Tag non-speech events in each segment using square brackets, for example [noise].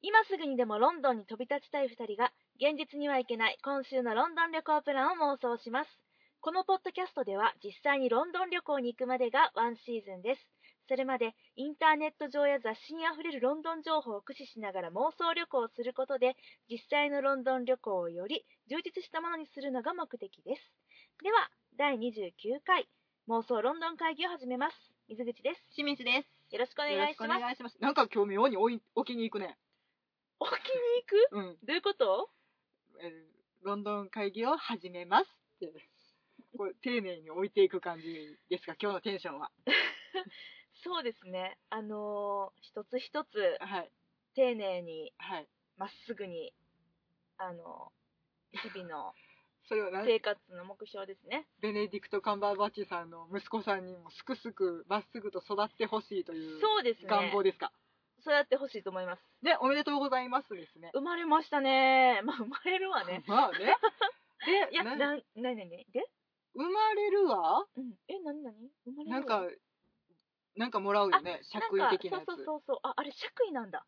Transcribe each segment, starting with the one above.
今すぐにでもロンドンに飛び立ちたい2人が現実には行けない今週のロンドン旅行プランを妄想しますこのポッドキャストでは実際にロンドン旅行に行くまでがワンシーズンですそれまでインターネット上や雑誌にあふれるロンドン情報を駆使しながら妄想旅行をすることで実際のロンドン旅行をより充実したものにするのが目的ですでは第29回妄想ロンドン会議を始めます水口です清水です。よろしくお願いしますいします。なんか今日妙に置い置きに行くね。お気に行くうん。どういうことえーロンドン会議を始めますって。これ丁寧に置いていく感じですか、今日のテンションは。そうですねあのー一つ一つはい。丁寧にはい。まっすぐにあのー日々のそれをな生活の目標ですねベネディクト・カンバーバッチさんの息子さんにもすくすくまっすぐと育ってほしいというそうですね願望ですか。そうやってほしいと思いますね、おめでとうございますですね。生まれましたね [laughs] まあ生まれるわねまあね。で、 [laughs] いやなな生ななになにで、まれるわうん、えなになに生まれるなんか、なんかもらうよね、な爵んか位的なやつ。そうそうそうそうああれ爵位なんだ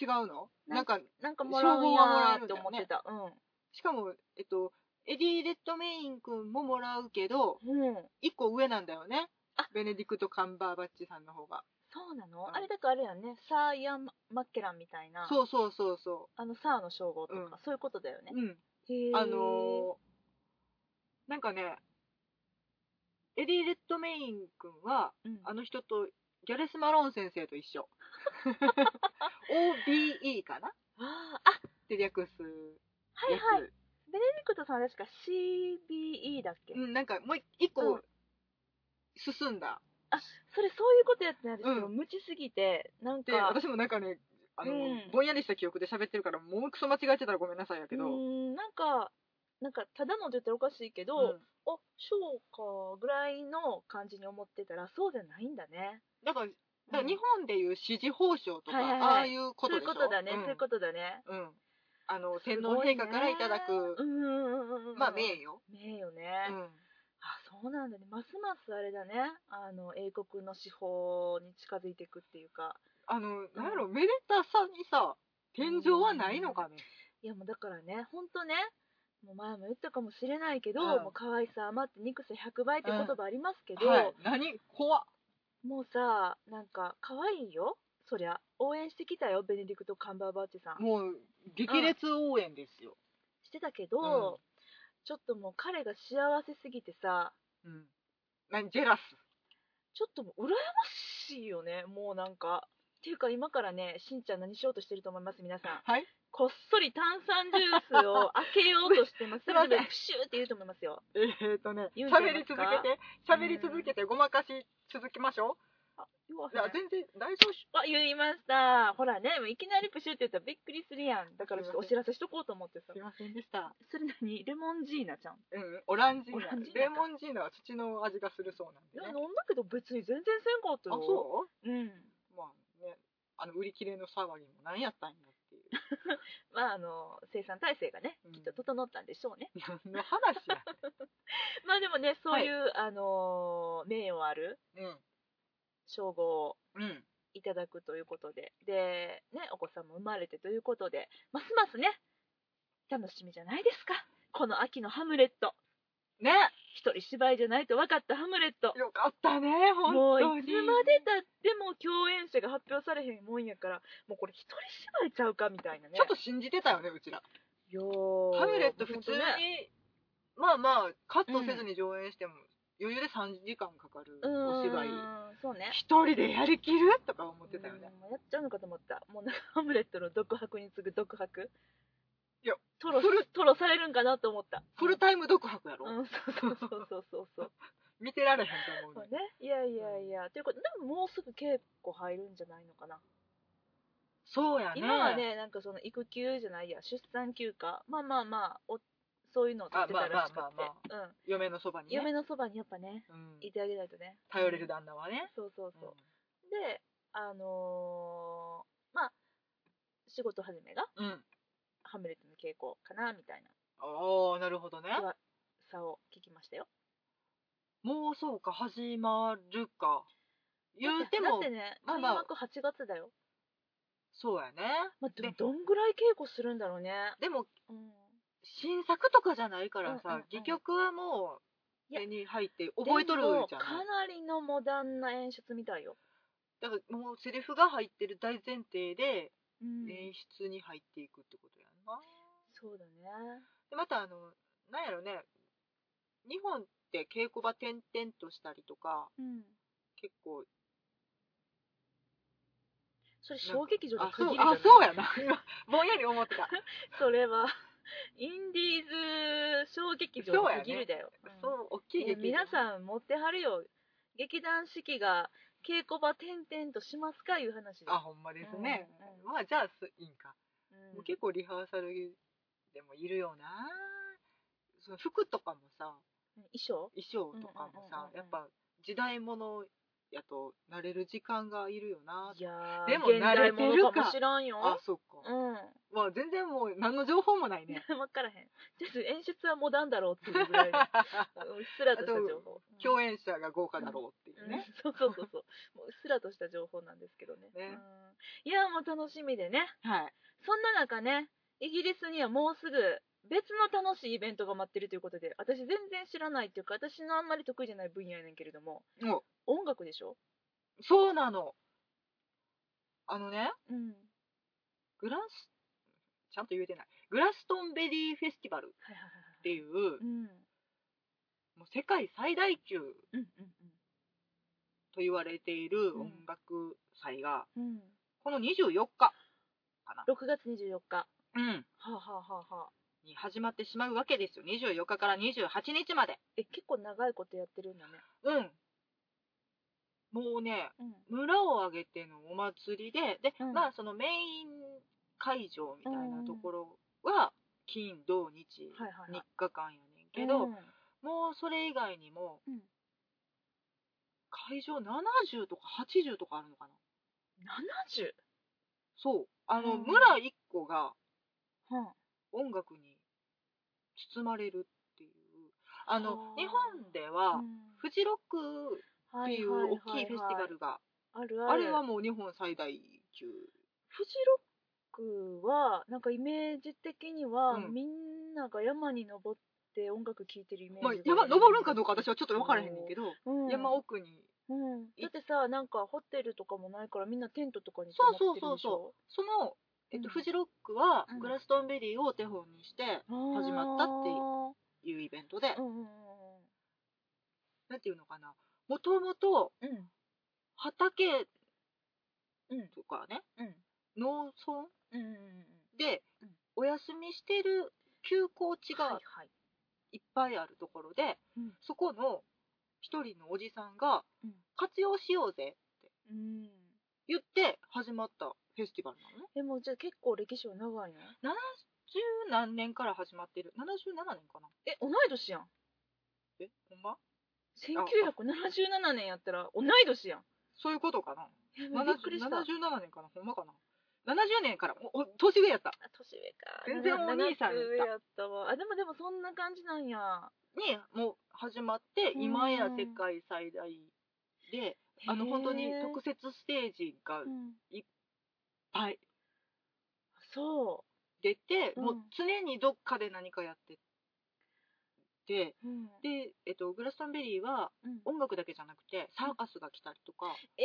違うのなんかなんかもらうんや称号はもらえーるっんてだ思よっねてた、しかも、えっと、エディ・レッドメイン君ももらうけど、うんうん一個上なんだよねあ。ベネディクト・カンバーバッチさんの方が。そうなうのんあれだからあれやねサー・イアン・マッケランみたいなそうそうそうそあのサーの称号とか、うんそういうことだよねう。うん。へーあのー、なんかね、エディ・レッドメイン君は、うんあの人と、ギャレス・マローン先生と [laughs] 一緒。OBE かなっあーあて略すはいやはいつ。ベネディクトさんは確か CBE だっけ、うん、なんかもうう一個ん進んだ。それそういうことやってないですけど、う無知すぎてなんで、か私もなんかね、あの、うんぼんやりした記憶で喋ってるから、もうクソ間違えてたらごめんなさいやけど、うーんなんかなんかただのって言ったらおかしいけど、うんあそうかぐらいの感じに思ってたらそうじゃないんだねだから、だからうん日本でいう支持報奨とか、はいはいはいああいうこそとういでうしょことだね、うんそういうことだねうんあの、天皇陛下からいただく、すごいねうんうんうんうんうんまあ、名誉。名誉ね、うんあそうなんだねますますあれだねあの英国の司法に近づいていくっていうかあの、なんやろ、めでたさにさ、天井はないのかね。いやもうだからね本当ねもう前も言ったかもしれないけど、うんもう可愛さ余って憎さ100倍って言葉ありますけど、はい。何怖っ。もうさなんか可愛いよそりゃ応援してきたよベネディクト・カンバーバッチさんもう、激烈応援ですよ。してたけど、うんちょっともう彼が幸せすぎてさうん。何、ジェラス。ちょっともう羨ましいよねもうなんかっていうか今からねしんちゃん何しようとしてると思います皆さんはい。こっそり炭酸ジュースを開けようとしてます [laughs] すいませんでプシューって言うと思いますよえーとね、言うんちゃい喋まりす続かけて、喋り続けて、ごまかし続きましょあ言わう。いやへん全然大丈夫っしあ言いましたほらねもういきなりプシュって言ったらびっくりするやんだからちょっとお知らせしとこうと思ってさょ。すいませんでした。それ何レモンジーナちゃん、うん、オランジーオラナンジーナかレモンジーナは土の味がするそういやなん飲でねんだけど別に全然せんかったあよそううんうまあねあの売り切れの騒ぎも何やったんやっていうまああの生産体制がねうんきっと整ったんでしょうね、何の話や、まあでもねそういう、あのー名誉ある [laughs] 称号をうんうんいただくということででねお子さんも生まれてということでますますね楽しみじゃないですかこの秋のハムレットね一人芝居じゃないと分かったハムレットよかったね本もうい当につまでたっても共演者が発表されへんもんやからもうこれ一人芝居ちゃうかみたいなねちょっと信じてたよねうちらよーハムレット普通に、ほんとねまあまあカットせずに上演しても、余裕で3時間かかるうーんお芝居そうね一人でやりきるとか思ってたよねうんもうやっちゃうのかと思ったもうなんかハムレットの独白に次ぐ独白いやトロフルトロされるんかなと思ったフルタイム独白やろ、うんそうそうそうそう [laughs] そうそう見てられへんと思そううねねいやいやいやということででももうすぐ稽古入るんじゃないのかなそうやね今はねなんかその育休じゃないや出産休暇まあまあまあおそういうのを取ってたらしくあまあまあてうん嫁のそばに、ね、嫁のそばにやっぱねうんいてあげないとね頼れる旦那はね、そうそうそう、であのーまあ仕事始めがうんうんハムレットの傾向かなみたいああなるほどねな差を聞きましたよもうそうか始まるか言うてもだってねまあ開まあ幕8月だよそうやねまあ、でもでどんぐらい稽古するんだろうね、でもうん、新作とかじゃないからさ、うんうんうん戯曲はもういや手に入って覚えとるじゃでもなかいなりのモダンな演出みたいよ、だからもうセリフが入ってる大前提でうん演出に入っていくってことやんな、そうだねでまたあのなんやろね日本って稽古場転々としたりとかうん結構それ小劇場であ区そう切るあそうやな [laughs] 今ぼんやり思ってた、それは [laughs] インディーズ小劇場の区切るだようんそう大きいね劇皆んさん持ってはるよ劇団四季が稽古場転々としますかいう話だあほんまですね、うんうんまあじゃあすいいんか、うんもう結構リハーサルでもいるよなその服とかもさ衣装衣装とかもさ、うんうんうんうんうんやっぱ時代物やと慣れる時間がいるよないやーでも現慣代れてるもかのかもしらんよあそっか、うんまあ全然もう何の情報もな [laughs] いね分からへんちょっと演出はモダンだろうっていうぐら [laughs] いのうっすらとした情報共演者が豪華だろうっていうねね、、 [laughs] そうそうそうそうもううっすらとした情報なんですけどねねうんいやもう楽しみでねはいそんな中ねイギリスにはもうすぐ別の楽しいイベントが待ってるということで私全然知らないっていうか私のあんまり得意じゃない分野やねんけれどもも音楽でしょうそうなのあのねうんグラスちゃんと言えてないグラストンベリーフェスティバルはいはいはいっはていう,、いうんもう世界最大級うんうんと言われている音楽祭が、うんうんこの24日、 6月24日はうん、あ、はあはあはあ、に始まってしまうわけですよ24日から28日までえ結構長いことやってるんだねうんもうねうん村を挙げてのお祭りでで、うんまあそのメイン会場みたいなところは金土日はいはいはい3日間やねんけど、うんもうそれ以外にもうん会場70とか80とかあるのかな 70? そうあの、うん村1個がは音楽に包まれるっていうあのはあ日本では、あフジロックっていう大きいフェスティバルが、あるああるれはもう日本最大級。フジロックはなんかイメージ的には、うんみんなが山に登って音楽聴いてるイメまあージ、山登るんかどうか私はちょっと分からへんねんけど、うん山奥に、うん、だってさなんかホテルとかもないからみんなテントとかにそ泊うまっそうてるんでしょその、えうっんと、フジロックはうんグラストンベリーを手本にして始まったっていいうイベントで、うんうんなんていうのかな、もともとうんうん畑うんとかね、うん農村うんうんうんでうんお休みしてる休耕地はいがはいいっぱいあるところで、うんそこの一人のおじさんがうん活用しようぜうん言って始まったフェスティバルなのねえもうじゃあ結構歴史は長いの十何年から始まってる77年かなえ同い年やんえほんま1977年やったら同い年やんそういうことかなえもうびっくり70した77年かなほんまかな70年からおお年上やったあ年上か全然お兄さんややっったた上やったわあでもでもそんな感じなんやにもう始まってうん今や世界最大であのへー本当に特設ステージがいっうんぱいそ出て、うんもう常にどっかで何かやっててう、うんで、えっと、グラスタンベリーはうん音楽だけじゃなくてサーカスが来たりとか、え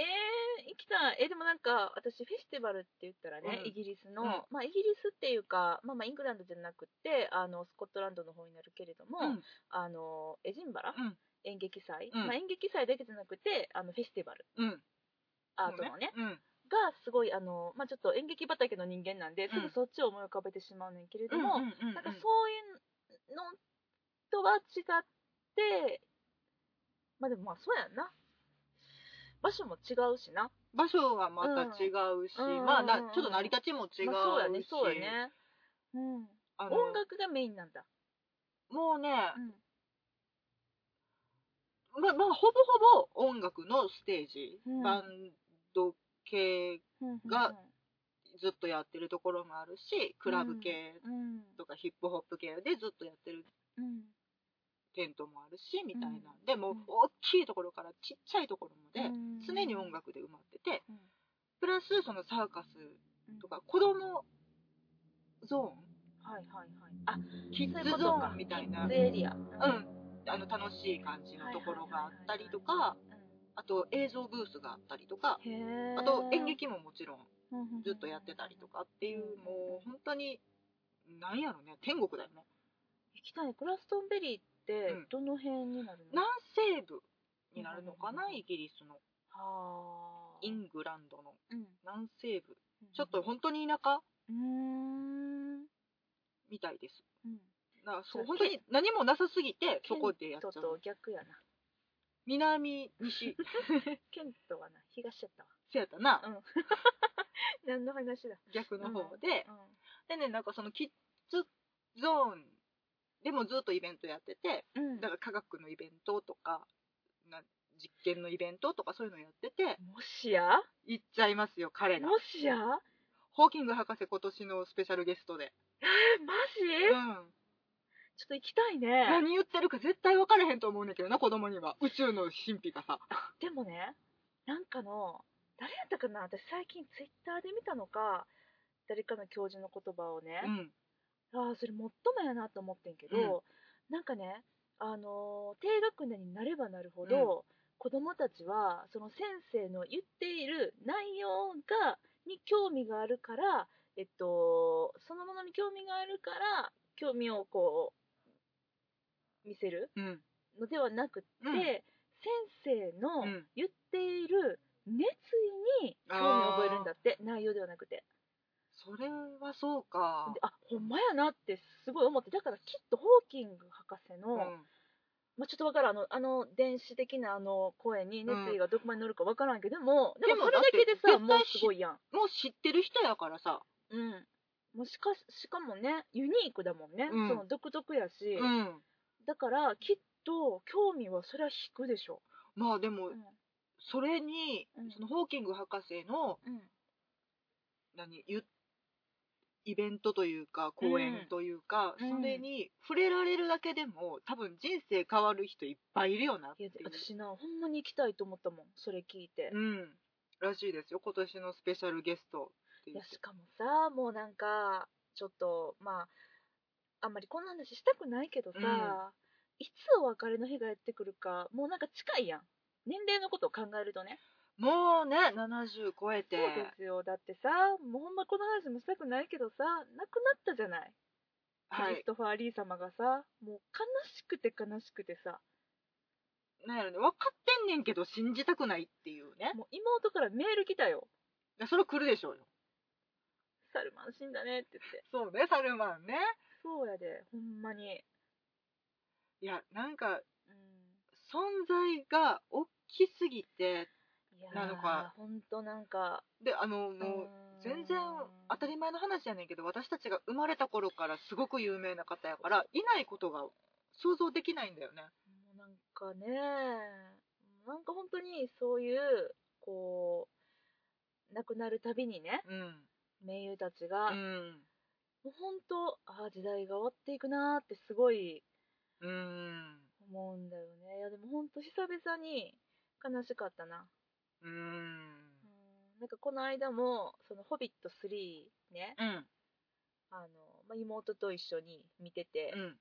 ー、行きたいえでもなんか私フェスティバルって言ったらね、うんイギリスの、うんまあイギリスっていうか、まあ、まあイングランドじゃなくてあのスコットランドの方になるけれども、うんあのエジンバラ、うん演劇祭、うんまあ、演劇祭だけじゃなくてあのフェスティバルうん、アートのねうん、がすごいあの、まあ、ちょっと演劇畑の人間なんでんすぐそっちを思い浮かべてしまうねんけれども、うんうんうんうんなんかそういうのとは違って、まあでもまあそうやんな。場所も違うしな。場所はまた違うし、うんまあうんうんうなんちょっと成り立ちも違うし、まあそうやね、そうやね。うん、あの音楽がメインなんだ。もうね、うん、まあまあほぼほぼ音楽のステージ、うんバンド系が、ずっとやってるところもあるしクラブ系うん、とかヒップホップ系でずっとやってるうん、テントもあるしみたいなんで、もう大きいところからちっちゃいところまでうん常に音楽で埋まってて、うんプラスそのサーカスうんとか子供ゾはいはいはいあーンキッそういうこズとゾかーンみたいなキッズエリアうんうん、あの楽しい感じのところがあったりとかあと映像ブースがあったりとかへえあと演劇ももちろんずっとややってたりとかっていうもう本当になんやろね天国だよね行きたいグラストンベリーってうんどの辺になるの南西部になるのかなイギリスのはあイングランドのうん南西部ちょっと本当に田舎うーんみたいですうんだからそうじゃあ本当に何もなさすぎてそ県こでやっちゃとうと逆やな南西県とはな東やったわせやった [laughs] な、うん何の話だ逆の方で、うんでねなんかそのキッズゾーンでもずっとイベントやっててうんだから科学のイベントとかな実験のイベントとかそういうのやっててもしや行っちゃいますよ彼らもしやえホーキング博士今年のスペシャルゲストで、マうジん、ちょっと行きたいね何言ってるか絶対分からへんと思うねんだけどな子供には宇宙の神秘がさでもねなんかの誰やったかな私最近ツイッターで見たのか誰かの教授の言葉をね、うんああそれもっともやなと思ってんけど、なんかね、あのー低学年になればなるほど、子どもたちはその先生の言っている内容がに興味があるから、えっと、そのものに興味があるから興味をこう見せるうんのではなくて、うん先生のうん言っている熱意に興味を覚えるんだって内容ではなくて。それはそうかであほんまやなってすごい思ってだからきっとホーキング博士の、うんまあ、ちょっとわからんあのあの電子的なあの声に熱意がどこまで乗るかわからんけどでも、ででももそれだけでださってもう絶対しすごいやんもう知ってる人やからさうんもうしかししかもねユニークだもんね、うんその独特やし、うんだからきっと興味はそれは引くでしょ、まあでもうんそれに、うんそのホーキング博士のうん何ゆイベントというか講演というか、うんそれに触れられるだけでも多分人生変わる人いっぱいいるよなっいていやう、私なほんまに行きたいと思ったもんそれ聞いて、うん、らしいですよ今年のスペシャルゲストってい言やっしかもさもうなんかちょっとまああんまりこんな話したくないけどさ、うんいつお別れの日がやってくるかもうなんか近いやん年齢のことを考えるとねてもうね70超えそてうですよだってさもうほんまこの話もしたくないけどさ亡くなったじゃない、はクリいストファー・リー様がさもう悲しくて悲しくてさなんやろね分かってんねんけど信じたくないっていうねもう妹からメール来たよそれ来るでしょうよ「サルマン死んだね」って言ってそうねサルマンねそうやでほんまにいやなんかうん存在が大きすぎていやなのかほんとなんかであのもう全然当たりり前の話やねんけど私たちが生まれた頃からすごく有名な方やからいないことが想像できないんだよねもうなんかねなんか本当にそういうこう亡くなるたびにねうん名優たちが、もんう本当ああ時代が終わっていくなーってすごいうん思うんだよねいやでも本当久々に悲しかったな、うんうん、なんかこの間も「そのホビット3ね」うんあのまあ、妹と一緒に見てて、うん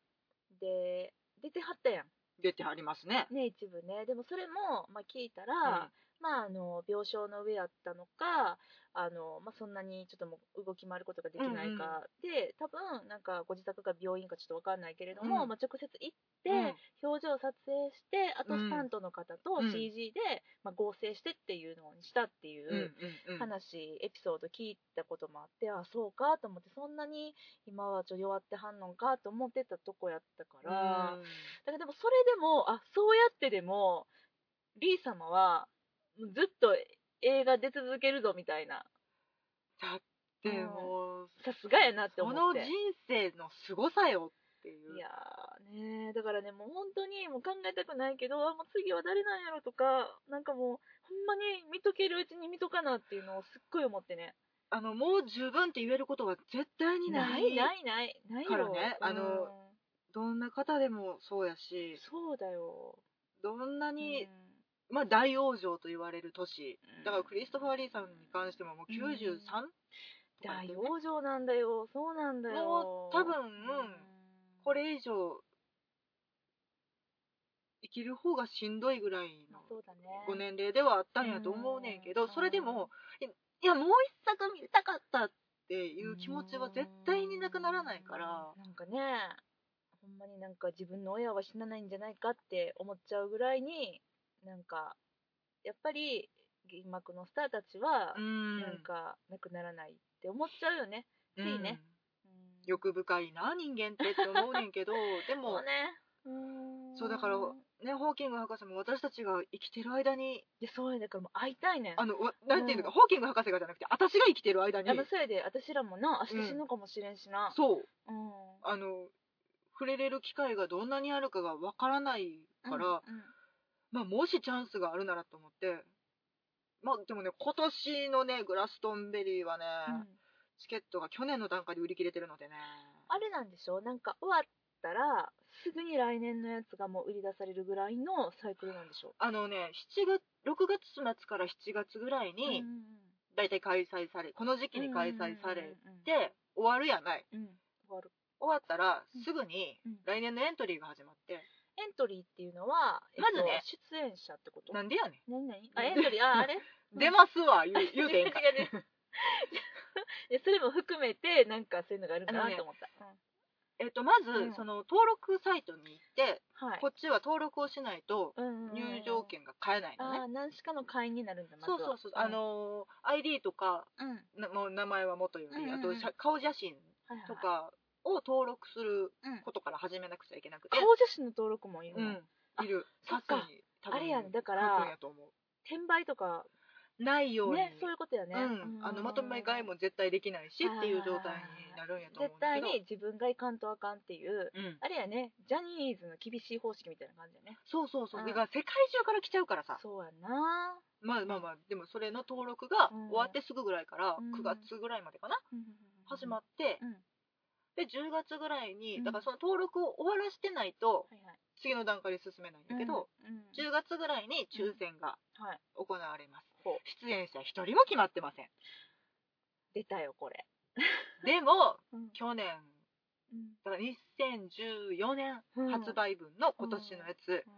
で出てはったやん出てありますねね一部ねでもそれも、まあ、聞いたうら、まあ、あの病床の上やったのかあの、まあ、そんなにちょっともう動き回ることができないか、で多分なんかご自宅か病院かちょっと分かんないけれども、うんまあ、直接行って、うん表情を撮影してあとうんスタントの方とうん CG で、まあ、合成してっていうのにしたっていう。うんうんうん話エピソード聞いたこともあってあそうかと思ってそんなに今はちょ弱ってはんのんかと思ってたとこやったから、うんだからでもそれでもあそうやってでもリー様はずっと映画出続けるぞみたいなだってもうさすがやなってそ思のって人生の凄さよっていういやーねーだからねもう本当にもう考えたくないけどあもう次は誰なんやろとかなんかもうほんまに見とけるうちに見とかなっていうのをすっごい思ってねあのもう十分って言えることは絶対にないないないないないよからねあのうんどんな方でもそうやしそうだよどんなにうんまあ、大往生と言われる都市だからクリストファー・リーさんに関してももううん 93? とか大言ってね往生なんだよそうなんだよもう多分これ以上生きる方がしんどいぐらいのそうだねご年齢ではあったんやと思うねんけうどんそれでもいいやもう一作見たかったっていう気持ちは絶対になくならないからなんかねほんまになんか自分の親は死なないんじゃないかって思っちゃうぐらいになんかやっぱり銀幕のスターたちはうんなんかなくならないって思っちゃうよね、うんいいね欲深いな人間ってって思うね [laughs] んけどでももうねうんそうだからねホーキング博士も私たちが生きてる間にでそうやだからもう会いたいねんあのわなんていうのか、ホーキング博士がじゃなくて私が生きてる間にやばそうやで私らもな明日死ぬかもしれんしな、そううんあの触れれる機会がどんなにあるかがわからないから、うんまあ、もしチャンスがあるならと思って、まあ、でもね、今年のね、グラストンベリーはね、うんチケットが去年の段階で売り切れてるのでね、あれなんでしょなんか終わったらすぐに来年のやつがもう売り出されるぐらいのサイクルなんでしょあのね、7月、6月末から7月ぐらいに、だいたい開催され、この時期に開催されでて、終わるやない。終わる終わったら、すぐにうん来年のエントリーが始まって、エントリーっていうのは、えっとまずね出演者ってことなんでやね何々あエントリーああ [laughs] れん。出ますわ、言 [laughs] う言うてんか。違う違う違ういやそれも含めてなんかそういうのがあるかあのなねと思った、 [laughs] えっと、まず、うんその、登録サイトに行って、うんはいこっちは登録をしないと、うんうんうん入場券が買えないのねあ。あ何しかの会員になるんだまずそはうそうそう、あのー ID とかうん、うんなもう名前は元より、うんうんうんあと写顔写真はいはいとかを登録するうんことから始めなくちゃいけなくて、顔写真の登録もいるうの、ん、いるそっか多数に多分あれやんだか書くんらやと思転売とかうないように、ねそういうことやね、うんあのまとめ買いも絶対できないしっていう状態になるんやと思絶うんだけ対どに自分が行かんとあかんっていううん、あれやねジャニーズの厳しい方式みたいな感じやねそうそうそう、うんだから世界中から来ちゃうからさそうやなまあまあまあでもそれの登録がうん終わってすぐぐらいから、うん9月ぐらいまでかな、始まっってう、んはで10月ぐらいに、うんだからその登録を終わらしてないといはい次の段階で進めないんだけど、、うんうん10月ぐらいに抽選がはい行われます、ほう出演者1人も決まってません出たよこれ、でもうん去年だから2014年うん発売分の今年のやつ、うん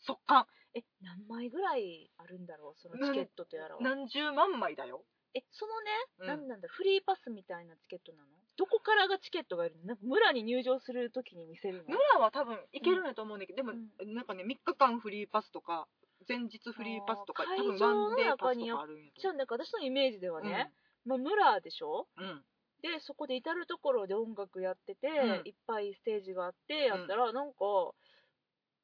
速乾え何枚ぐらいあるんだろうそのチケットとやらは何十万枚だよ、えそのね、うんなんなんだフリーパスみたいなチケットなのどこからがチケットがいるのなんか村に入場するときに見せるの村は多分いけるんやと思うねんだけど、でも、なんかね3日間フリーパスとか前日フリーパスとかあー多分会場ワのンデーパ中スにとよっかあるんやじとゃあなんか私のイメージでは思うね、まあ、村でしょうんうんでそこで至る所で音楽やってて、うんいっぱいステージがあってやったら、なんか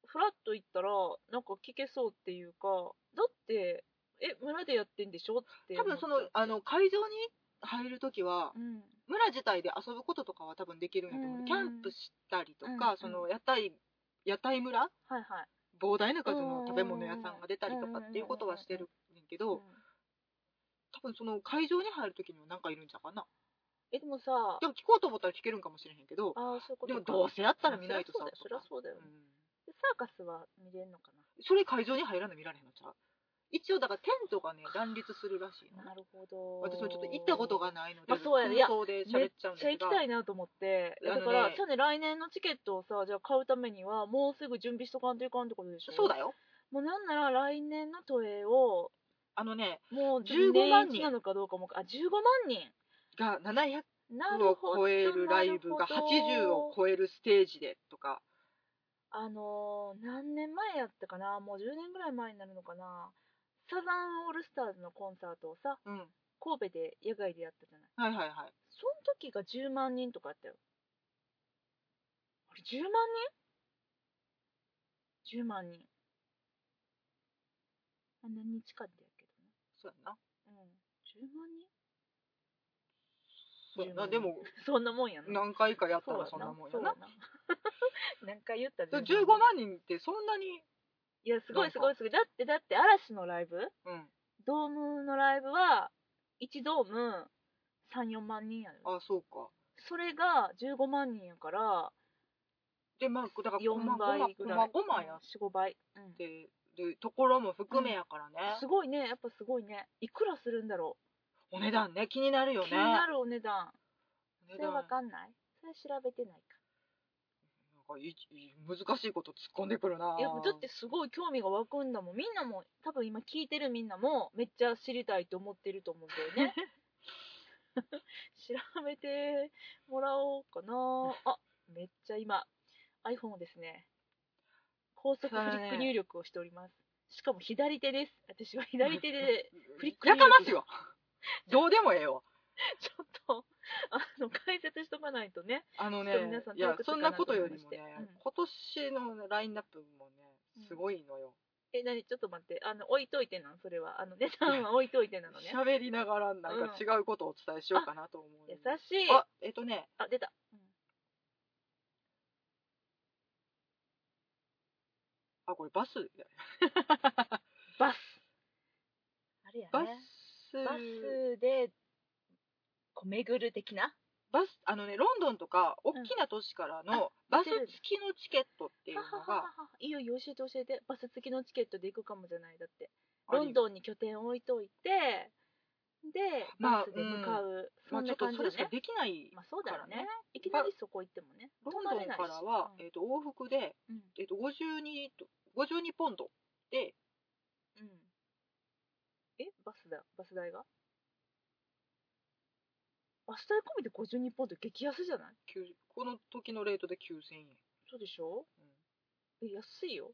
フラッと行ったらなんか聴けそうっていうかだってえ村でやってんでしょって多分その思っちゃあの会場に入るときはううん村自体で遊ぶこととかは多分できるんやと思う、うんキャンプしたりとうんか、うんその屋台屋台村はいはい膨大な数の食べ物屋さんが出たりとかっていうことはしてるねんけど、うん多分その会場に入るときには何かいるんじゃうかなえでもさでも聞こうと思ったら聞けるんかもしれへんけどあーそういうことでかもどうせやったら見ないとさそりゃそうだよそりゃそうだよ、とかうんでサーカスは見れるのかそれ会場に入らない見られへんのちゃう一応だからテントがね乱立するらしいなのなるほど私はちょっと行ったことがないないので、まあそうやねいや空想でめっ喋っちちゃゃうんですが行きたいなと思っていやあのだかねらそうね来年のチケットをさじゃあ買うためにはもうすぐ準備しとかんといかんってことでしょそうだよもうなんなら来年の都営をあのねもう15万人年一なのかどうかもあ15万人が700なをるほど超えるライブながるほど80を超えるステージでとかあのー何年前やったかなもう10年ぐらい前になるのかなサザンオールスターズのコンサートをさうん神戸で野外でやったじゃないはいはいはいその時が10万人とかやったよあれ10万人 ?10 万人あ何日間でやけそうやなどなうん10万人そうやな10でも [laughs] そんなもんやな何回かやったらそんなもんそやなうやな [laughs] 何回言ったでら15万人ってそんなにいやすごいすごいすごいだってだって嵐のライブうんドームのライブは1ドーム34万人やろあそうかそれが15万人やからでまあだから4 5万倍ぐらい5万やっ45倍、うん、てるところも含めやからね、すごいねやっぱすごいねいくらするんだろお値段ね気になるうよね気になるお値段おそ値れ段なわんかかんないそれ調べてないいい難しいこと突っ込んでくるなかいやだってすごい興味が湧くんだもんみんなも多分今聞いてるみんなもめっちゃ知りたいと思ってると思うんだよね調べてもらおうかなあめっちゃ今 iPhone をですね高速フリック入力をしております、しかも左手です私は左手でフリックやかますよどうでもええわちょっとあの解説しとかないとねあのねちょっと皆さんいや退屈そかんななと思こといよまりしもてね、うん今年のラインナップもねすごいのよえ、何ちょっと待って。あの、置いといてなんそれは。あの、値段は置いといてなのね。喋、りながらなんか違うことをお伝えしようかなと思う、優しい。あえっとねあ、出た。あこれバスバス。あれやね。バスバスで、こう、巡る的なバスあのねロンドンとか大んきな都市からあのバス出てる付きのチケットっていうのはははがは。いいよいいよ、教えて教えて。バス付きのチケットで行くかもじゃない。だって。ありロンドンに拠点を置いといて、で、まバあスで向かう。まそあんちょなっと感じそだれしかね。できないまあそうだよからねね。いきなりそこ行ってもね。ロン止まドれンないしからは、うんえっと往復で、うんえっと52と52ポンドでうん。えバスだ、バス代がバス代込みで52ポンド激安じゃないきゅうこの時のレートで9000円、そうでしょうんえ、安いよ。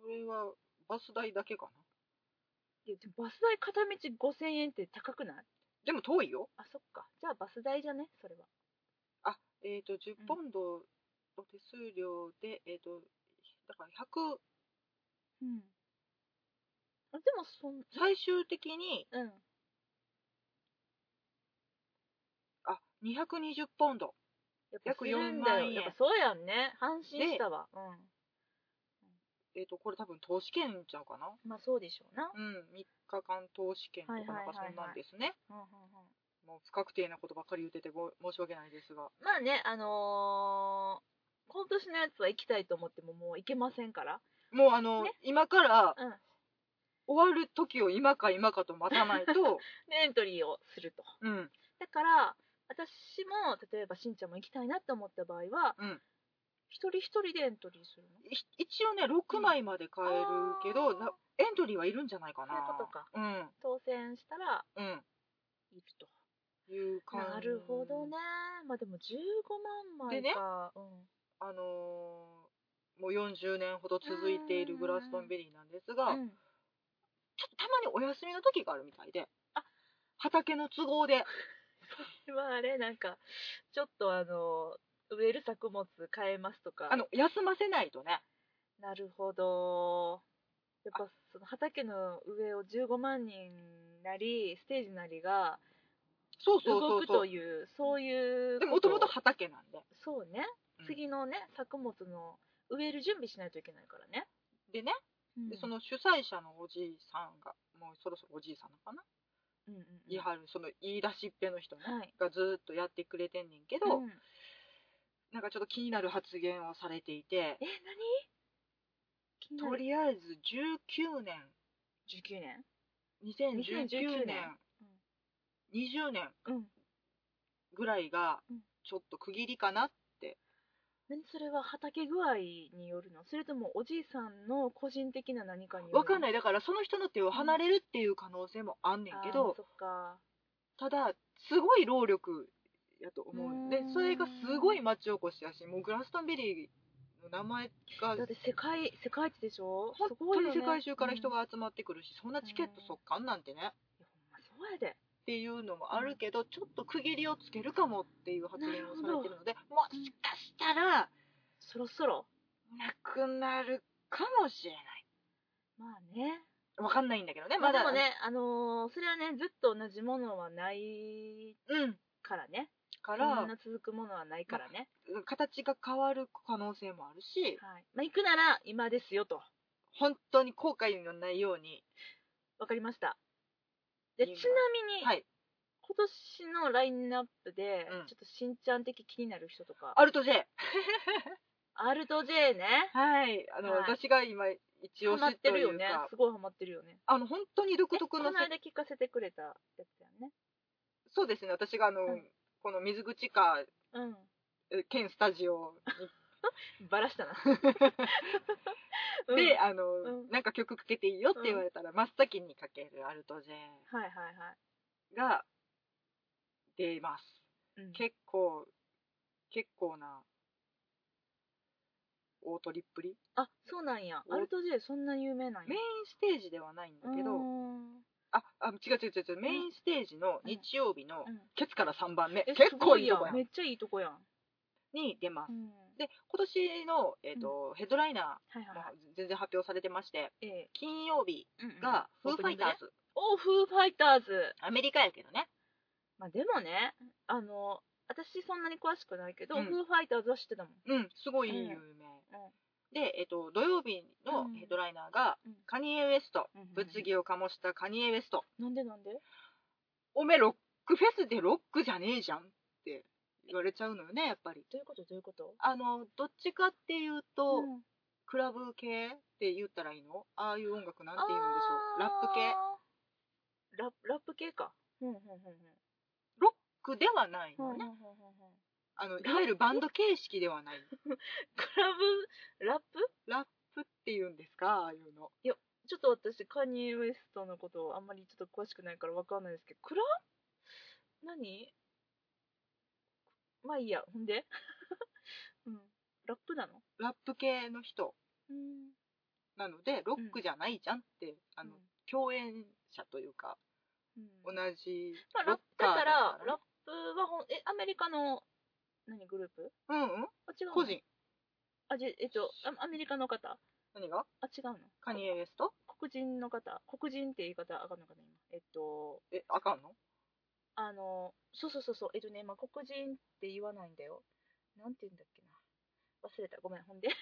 それはバス代だけかないや、でもバス代片道5000円って高くないでも遠いよあ、そっか。じゃあバス代じゃねそれは。あえっ、と10うんポンドの手数料で、えっ、とだから100うん。あ、でもそん、最終的にうん。あ220ポンドやっぱ約するん4だ万よ。円やっぱそうやんね。安心したわ。う。えっ、とこれ多分投資券ちゃうかなんまあそうでしょうな。うん3日間投資券とかなんはいはかいはいはいそんなんですねうんうんうん。もう不確定なことばっかり言っててご申し訳ないですがまあね、あのー、今年のやつは行きたいと思ってももう行けませんから。もうあの、ね今からうん。終わる時を今か今かと待たないとでエントリーをするとうんだから私も例えばしんちゃんも行きたいなって思った場合は、うん一人一人でエントリーするのい一応ね6枚まで買えるけど、うんあーなエントリーはいるんじゃないかなそういうことかうん当選したらうんいるという感じなるほどねまあでも15万枚でねか、うんあのーもう40年ほど続いているグラストンベリーなんですが、うんちょっとたまにお休みの時があるみたいであ畑の都合でそれはあれなんかちょっとあの植える作物変えますとかあの休ませないとねなるほどやっぱその畑の上を15万人なりステージなりがそうそうそ動うくそとういうそういうでもことともと畑なんでそうねうん次のね、作物の植える準備しないといけないからね、でねでその主催者のおじいさんがもうそろそろおじいさんなのかな、うんうんうん言いはるその言い出しっぺの人ね、はいがずーっとやってくれてんねんけど、うんなんかちょっと気になる発言をされていえて何気になとるりあえず19年19年2019 2019年年20年うんぐらいがうんちょっと区切りかな何それは畑具合によるのそれともおじいさんの個人的な何かによるわかんないいだからその人の手を離れるっていう可能性もあんねんけどそっかただすごい労力やと思うでうーんそれがすごい町おこしやしもうグラストンベリーの名前がだって世界世界一でしょ本すご当いによね世界中から人うんいが集まってくるし、そんなチケット速乾なんてね、っやほんまそうやでていうのもあるけどちょっと区切りをつけるかもっていう発言をされてるのでもしかしたらそろそろなくなるかもしれないまあねわかんないんだけどねままあでだもねあのーそれはねずっと同じものはないうんからねかそらんな続くものはないからね、形が変わる可能性もあるしはいまあ、行くなら今ですよと本当に後悔のないように分かりましたでちいいななみに、はい今年のラインナップで、うんちょっとしんちゃん的気になる人とかアルト J R2J ねはい。あの、はい私が今、一ハ押マっしてとるいようねか、すごいハマってるよねあの、本当に独え特こののせ、間聞かせてくれたやつやねそうですね、私があの、うんこの水口か、うえ兼スタジオんバラしたなに [laughs] うんで、あの、うんなんか曲かけていいよって言われたら、真っ先にかけるアルトジェはいはいはいが出ます。うん結構、結構な、大取りっぷり。あそうなんやおアルト J そんな有名なんやメインステージではないんだけど、うーんあ、あ、違う違う違う違う、メインステージの日曜日の、うんケツから3番目、え結構いいすとごこややんめっちゃいいとこやんに出ます。うんで、今年の、えっとヘッドライナはいーはいもはい全然発表されてまして、え金曜日えうんうんがフオーーフプァニイングタねーズ、おフーファイターズアメリカやけどね。まあでもねあの私そんなに詳しくないけど、うんフーファイターズは知ってたもんうん、すごい有名。で、えっと、土曜日のヘッドライナーが、うんカニエ・ウエスト、うん物議を醸したカニエ・ウエスト、なんでなんでおめえロックフェスでロックじゃねえじゃんって言われちゃうのよね、やっぱり。どういうことどういうことあの、どっちかっていうと、うんクラブ系って言ったらいいのああいう音楽なんて言うんでしょう。ラップ系。あーララップ系かうんうんうんうんロックではないうんうのんうんうね。んあの、いわゆるバンド形式ではない。クラブラップラップっていうんですか、ああいうの。ちょっと私カニエ・ウエストのことをあんまりちょっと詳しくないからわかんないですけどクラ何まあいいやほんで、 [laughs] うん、ラップなのラップ系の人うんなので、ロックじゃないじゃんって、あの、共演者というか、うん同じまあ、ロラッップカだーかだらか、ラらップはほん、え、アメリカの、何、グループうんうあ、ん、違うの個人。あ、じえっと、あアメリカの方何があ、違うのカニエ・ウエスト黒人の方黒人って言い方あかんのかな、今。えっと、え、あかん [laughs] のあの、そうそうそうそう、えっとね、まあ、黒人って言わないんだよ。なんて言うんだっけな。忘れた。ごめん、ほんで。 [laughs]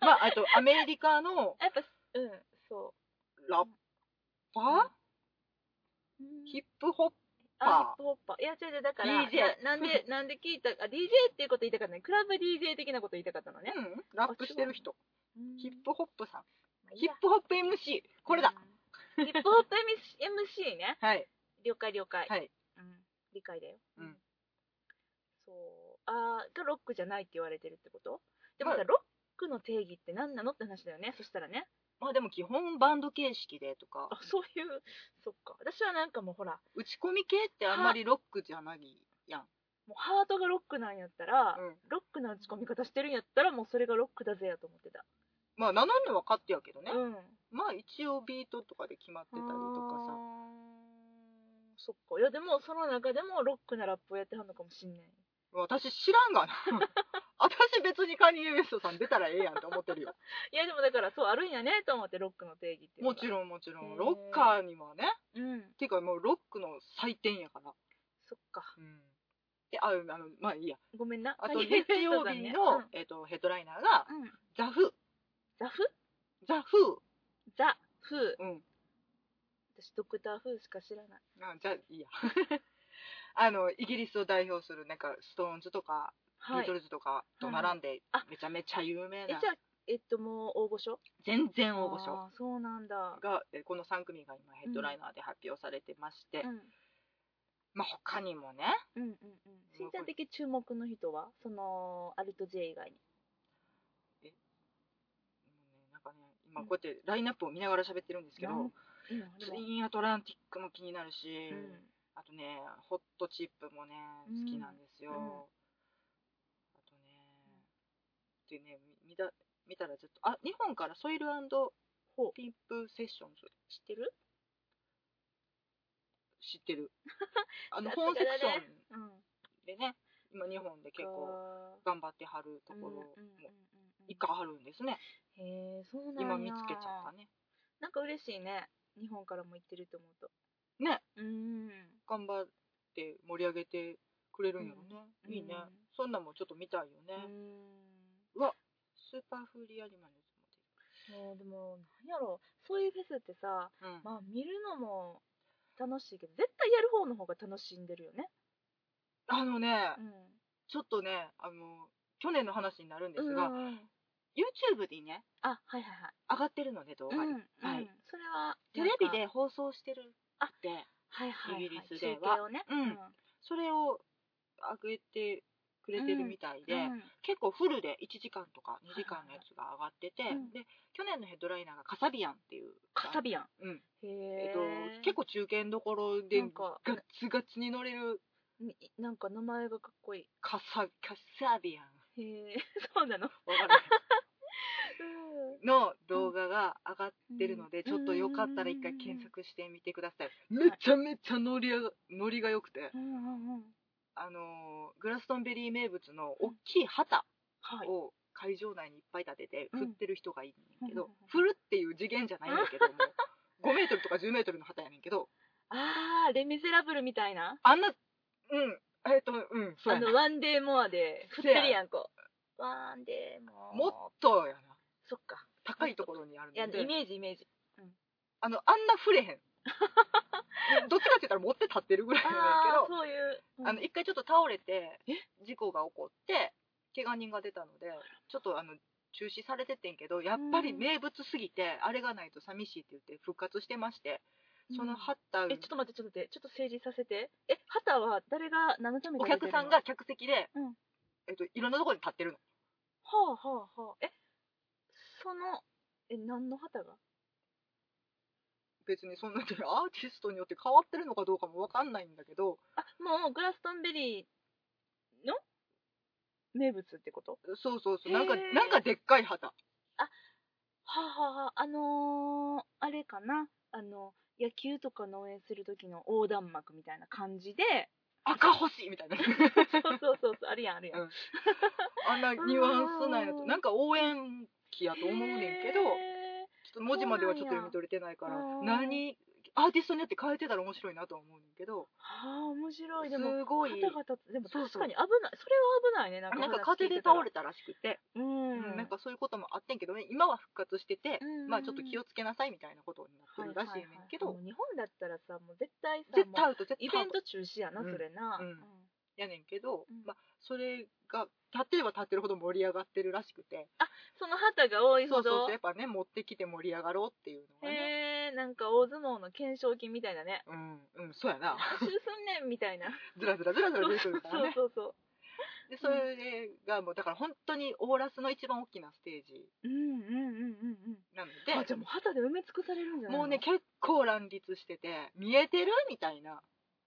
まあ、あと、アメリカのやっぱ、うん、そラッパー、う。ッヒップホップあ、ヒップホッパー。いや、違う違う、だから、 DJ いやなん [laughs] で、なんで聞いた、あ、DJ っていうこと言いたかったね。クラブ DJ 的なこと言いたかったのね。うんラップしてる人。ヒップホップさん。まあいいヒッやプホップ MC。これだ。うん。ヒップホップ MC ね。はい。了解了解。はい。うん、理解だよ。うん。そう。あーがロックじゃないって言われてるってことでもさ、はロックの定義って何なのって話だよね。そしたらね。まあでも基本バンド形式でとかあ、、そういう、そっか。私はなんかもうほら、打ち込み系ってあんまりロックじゃないやん。もうハートがロックなんやったら、うんロックな打ち込み方してるんやったら、もうそれがロックだぜやと思ってた。まあ、名乗るのは勝手やけどね。うん。まあ一応ビートとかで決まってたりとかあさ。ーそっか。いや、でもその中でもロックなラップをやってはんのかもしんない。私知らんがな。 [laughs] 私別にカニエ・ウエストさん出たらええやんって思って [laughs] るよ。いやでもだからそうあるんやねと思ってロックの定義っていうのもがちろんもちろへーん。ロッカーにはね。うんていうかもうロックの祭典やから。そっかうん。で、あ、あの、まあいいや。ごめんなあとカニ日エフェスト曜だ日ねの、うんえっとヘッドライナーが、うんザフ、ザフザフザフーー。うん。私ドクターフーしか知らないあじゃあいい [laughs] や。あの、イギリスを代表する、なんか、ストーンズとか、ビはーいトルズとかと並んであ、めちゃめちゃ有名えじゃなあ、えっともう大御所全然大御所あーそうなんだが、えこの3組が今ヘッドライナーで発表されてまして、うんまあ他にもね、うんうんうんしんちゃん的注目の人はそのアルト J 以外にもうねなんかね、今こうやってラインナップを見ながら喋ってるんですけど、うんうんでツもインアトランティックも気になるし、うんあとね、ホットチップもね、うん好きなんですよ。うんあとね、でね、み見た見たらちょっと、あ、日本からソイルほうピンプセッションズ知ってる知っ [laughs] てる。あの、さすが本セクシだねョうんンでね、今日本で結構構頑張ってはるところも一家はるんですね。へえそうなんや今見つけちゃったね。なんか嬉しいね。日本からも行ってると思うと。ね。うーん。頑張って盛り上げてくれるんやろね。うんいいねうん。そんなんもちょっと見たいようーね。ん。スーパーフリーアニマルズもうでも、なんやろそういうフェスってさ、も出る。うんまあ見るのも楽しいけど、絶対やる方の方が楽しんでるよね。あのねう、ん。ちょっとね、あの、去年の話になるんですうが、んうんうん YouTube にねあはいはいはい上がってるので動画に、うんはうんい、それはテレビなんかで放送してるあってはいはいはいイギリスで中は継をねうんそれを上げてくれてるみたいで、うん結構フルで1時間とか2時間のやつが上がってて、いはいうんで去年のヘッドライナーがカサビアンっていうカサビアンうんへえっえと、結構中堅どころでなんかガッツガツに乗れるみなんか名前がかっこいカサカサビアンいへえ [laughs] そうなのわからないの動画が上がってるので、うんちょっとよかったら一回検索してみてください、めちゃめちゃ乗りが乗りが良くて、うんうんうんあのーグラストンベリー名物の大きい旗はいを会場内にいっぱい立ててうん振ってる人がいるんだけうどん、振るっていう次元じゃないんだけど [laughs] も5メートルとか10メートルの旗やねんけどあーレ・ミゼラブルみたいなあんなうんえっ、とうんそあうやなのワンデーモアで振ってるやんこワンデーモアもっとやなそっか高いところにあるいやのでイメージイメージあのあんな振れへ [laughs] んどっちかって言ったら持って立ってるぐらいなんやああけどそういううんあの一回ちょっと倒れて事故が起こって怪我人が出たのでちょっとあの中止されてってんけどやっぱり名物すぎて、あれがないと寂しいって言って復活してましてそのハッターえちょっと待ってちょっと待ってちょっと整理させてえ旗は誰が何のためにお客さんが客席で、うんえっと、いろんなところに立ってるのはあはあはあえそのえ何の旗が別にそんなにアー [laughs] ティストによって変わってるのかどうかも分かんないんだけどあもうグラストンベリーの名物ってことそうそうそうなんかへーなんかでっかい旗はあはあはああのー、あれかなあの野球とかの応援する時の横断幕みたいな感じで赤星みた [laughs] いなそうそうそうそうあるやんあるやん、うんあんなニュアンスなんやうとんなんか応援旗やと思うねんけどへちょっと文字まではちょっと読み取れてないからそうなんや何アーティストによって変えてたら面白いなとは思うねんけどーはあ面白いですもごい旗が立つでもそう確そうかに危ないそれは危ないねなんかなんか話聞風いでてたら倒れたらしくて、ううんんなんかそういうこともあってんけどね今は復活してて、うんまあちょっと気をつけなさいみたいなことになってるらしいねんけど、はいはいはいもう日本だったらさもう絶対さ絶も対うアウト絶対イベアウントト中止やな、うんそれな、うんやねんけど、うんまあ、それが立ってれば立ってるほど盛り上がってるらしくてその旗が多いそほうそうどそうやっぱね持ってきて盛り上がろうっていうのがねへえなんか大相撲の懸賞金みたいなねうんうんそうやな何周すんねんみたいなずらずらずらずら出てくそうるからねそうそでそれがもうだから本当にオーラスの一番大きなステージううんうんうんうんうんなのであじゃであもう旗で埋め尽くされるんじゃないのもうね結構乱立してて見えてるみたいな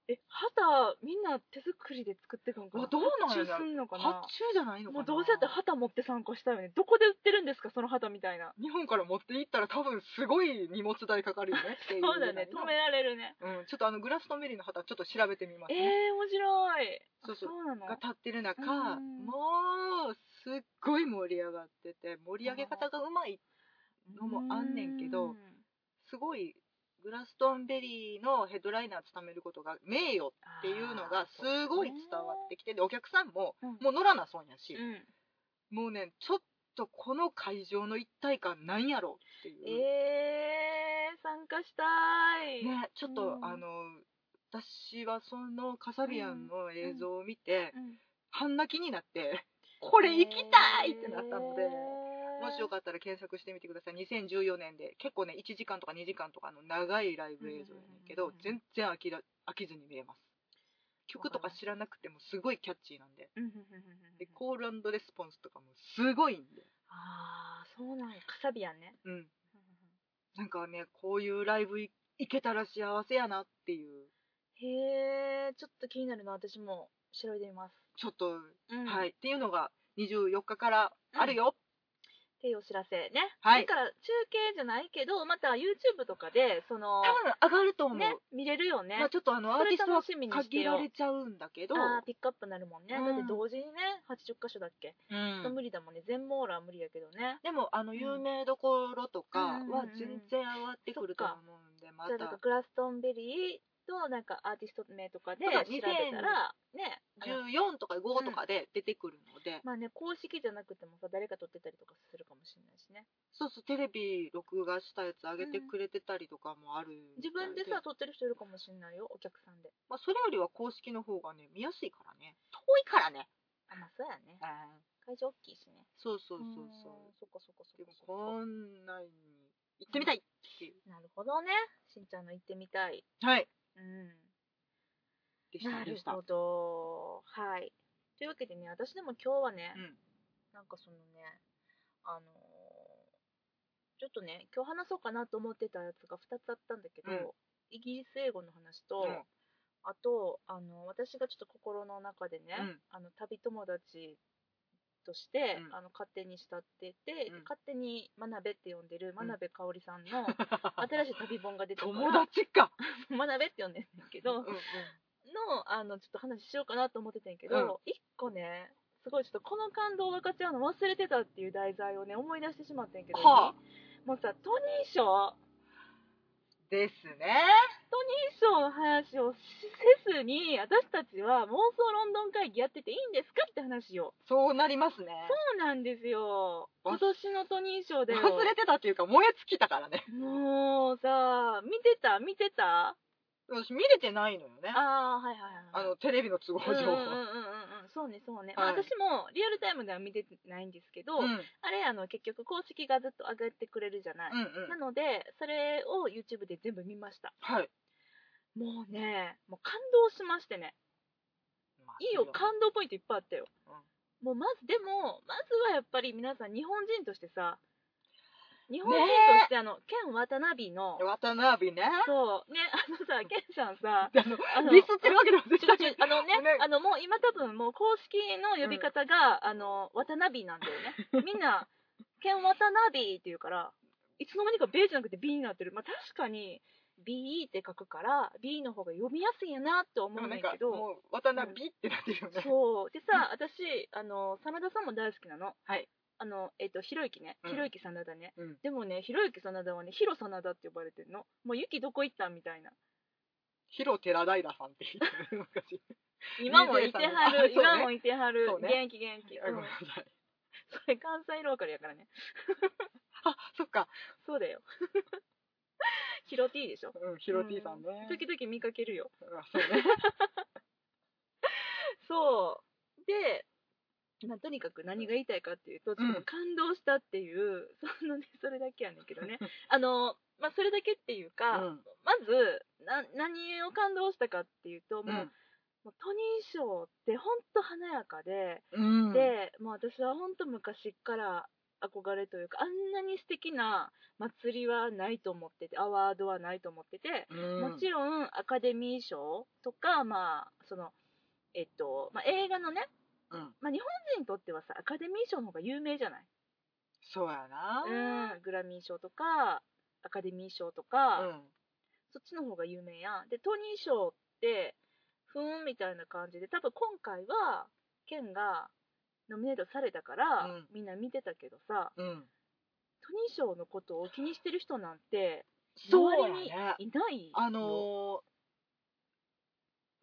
え旗みんな手作りで作ってくんかなあどうなんや発注すんのか発な注じゃないのもかなうどうせやって旗持って参加したよねどこで売ってるんですかその旗みたいな日本から持って行ったら多分すごい荷物代かかるよねってそいううぐらいのだね止められるねうん、ちょっとあのグラストンベリーの旗ちょっと調べてみますえー、ね、面白いあそうそうそうなのが立ってる中、うんもうすっごい盛り上がってて盛り上げ方がうまいのもあんねんけどうすごいグラストンベリーのヘッドライナー務めることが名誉っていうのがすごい伝わってきてでお客さんもうんもう乗らなそうやしう、んもうねちょっとこの会場の一体感なんやろっていう、えー、参加したい、ね、ちょっと、うんあの私はそのカサビアンの映像を見て、うん半泣きになってこれ行きたいってなったので、もしよっかったら検索してみてください2014年で結構ね1時間とか2時間とかの長いライブ映像やねんけうんどうんうん全然飽きら飽きずに見えます曲とか知らなくてもすごいキャッチーなんでた、うんうんうんうんでコールレスポンスとかもすごいんで、ああそうなんやカサビアンねうん、なんかねこういうライブい行けたら幸せやなっていうへえちょっと気になるな私も調べてみます、ちょっと、うんはいっっていうのが24日からあるよ、ていうお知らせね、はいだから中継じゃないけどまた YouTube とかでその多分上がると思う、ね見れるよね、まあ、ちょっとあのアそーれティストは楽しみにして限よられちゃうんだけど、あーピックアップになるもんね、うんだって同時にね80箇所だっけ、うん無理だもんね全網羅は無理やけどねでもあのん有名どころとかうんうんうんは全然上がってくると思うんでまじゃあなんかたグラストンベリーとなんかアーティスト名とかで調そうだべたらねあの14とか5とかで出てくるので、まあね公式じゃなくてもさ誰か撮ってたりとかするかもしれないしねそうそうテレビ録画したやつ上げてくれてたりとかもあるみ自たい分でさ撮ってる人いるかもしれないよお客さんでまあ、それよりは公式の方がね見やすいからね遠いからねあまあそうやね会場大きいしねそうそうそーうそんそっかそっかうそでっもかそっかこんなに行ってみたいっていうなるほどねしんちゃんの行ってみたいはいうんでしたなでるしたほどはいというわけでね私でも今日はね、うんなんかそのねあのーちょっとね今日話そうかなと思ってたやつが2つあったんだけど、うんイギリス英語の話と、うんあとあの私がちょっと心の中でね、 [laughs] うんあの旅友達として、うんあの勝手に慕ってて、うん勝手に真鍋って呼んでる真鍋かおりさん [laughs] の友新しい旅本が出てから達か [laughs] 真鍋って呼んでるんだけどうんうんのあのちょっと話しようかなと思ってたんやけど、う一個ねすごいちょっとこの感動を分かち合うの忘れてたっていう題材をね思い出してしまったんやけど、はあもうさトニー賞ですねトニー賞の話をせずに私たちは妄想ロンドン会議やってていいんですかって話をそうなりますねそうなんですよわ今年のトニー賞だよ忘れてたっていうか燃え尽きたからねもうさ見てた見てた私見れてないのよねああはいはいあはいのテレビの都合うんうんうんうん上うんそうねそうね、はい私もリアルタイムでは見てないんですけど、うんあれあの結局公式がずっと上げてくれるじゃない、うんうなんのでそれを YouTube で全部見ましたはいもうねもう感動しましてねいいよ感動ポイントいっぱいあったよ、もうまずでもまずはやっぱり皆さん日本人としてさ日本人としてあの、ケン渡辺の渡辺ねそうねあのさケンさんさ [laughs] あのあのディスってるわけでも違う違うあのねねあのもう今多分もう公式の呼び方が、あの渡辺なんだよねみんな「ケン渡辺」って言うからいつの間にか「ベ」じゃなくて「B」になってるまあ確かに「B」って書くから「B」の方が読みやすいんやなって思うでもんなだんかけどもう渡辺ってなってるよねそうでさ私あの真田さんも大好きなのはいあのえっ、とひろゆきねうんひろゆき真田ね、うんでもねひろゆき真田はねひろ真田って呼ばれてるのもうゆきどこ行ったんみたいな広寺平さんって言ってる昔今もいてはる、 DJ 今さんあそうねもいてはる、そうね元気元気、あごうめんんなさいそれ関西ローカルやからね [laughs] あそっかそうだよヒロティでしょうん広 T さんね時々見かけるよあそうねそうでまあ、とにかく何が言いたいかっていうと、ちょっともう感動したっていう、そのね、それだけやねんけどね、あのまあ、それだけっていうか、うんまずな、何を感動したかっていうと、もううんもうトニー賞って本当華やかで、うんで、もう私は本当昔っから憧れというかあんなに素敵な祭りはないと思っててアワードはないと思ってて、うんもちろんアカデミー賞とかまあそのえっと、まあ、映画のね、うんまあ、日本人にとってはさアカデミー賞の方が有名じゃない、そうやなうん、グラミー賞とかアカデミー賞とか、うんそっちの方が有名やんでトニー賞ってふーんみたいな感じで多分今回はケンがノミネートされたから、うんみんな見てたけどさうんトニー賞のことを気にしてる人なんてそうや周りにねいないあの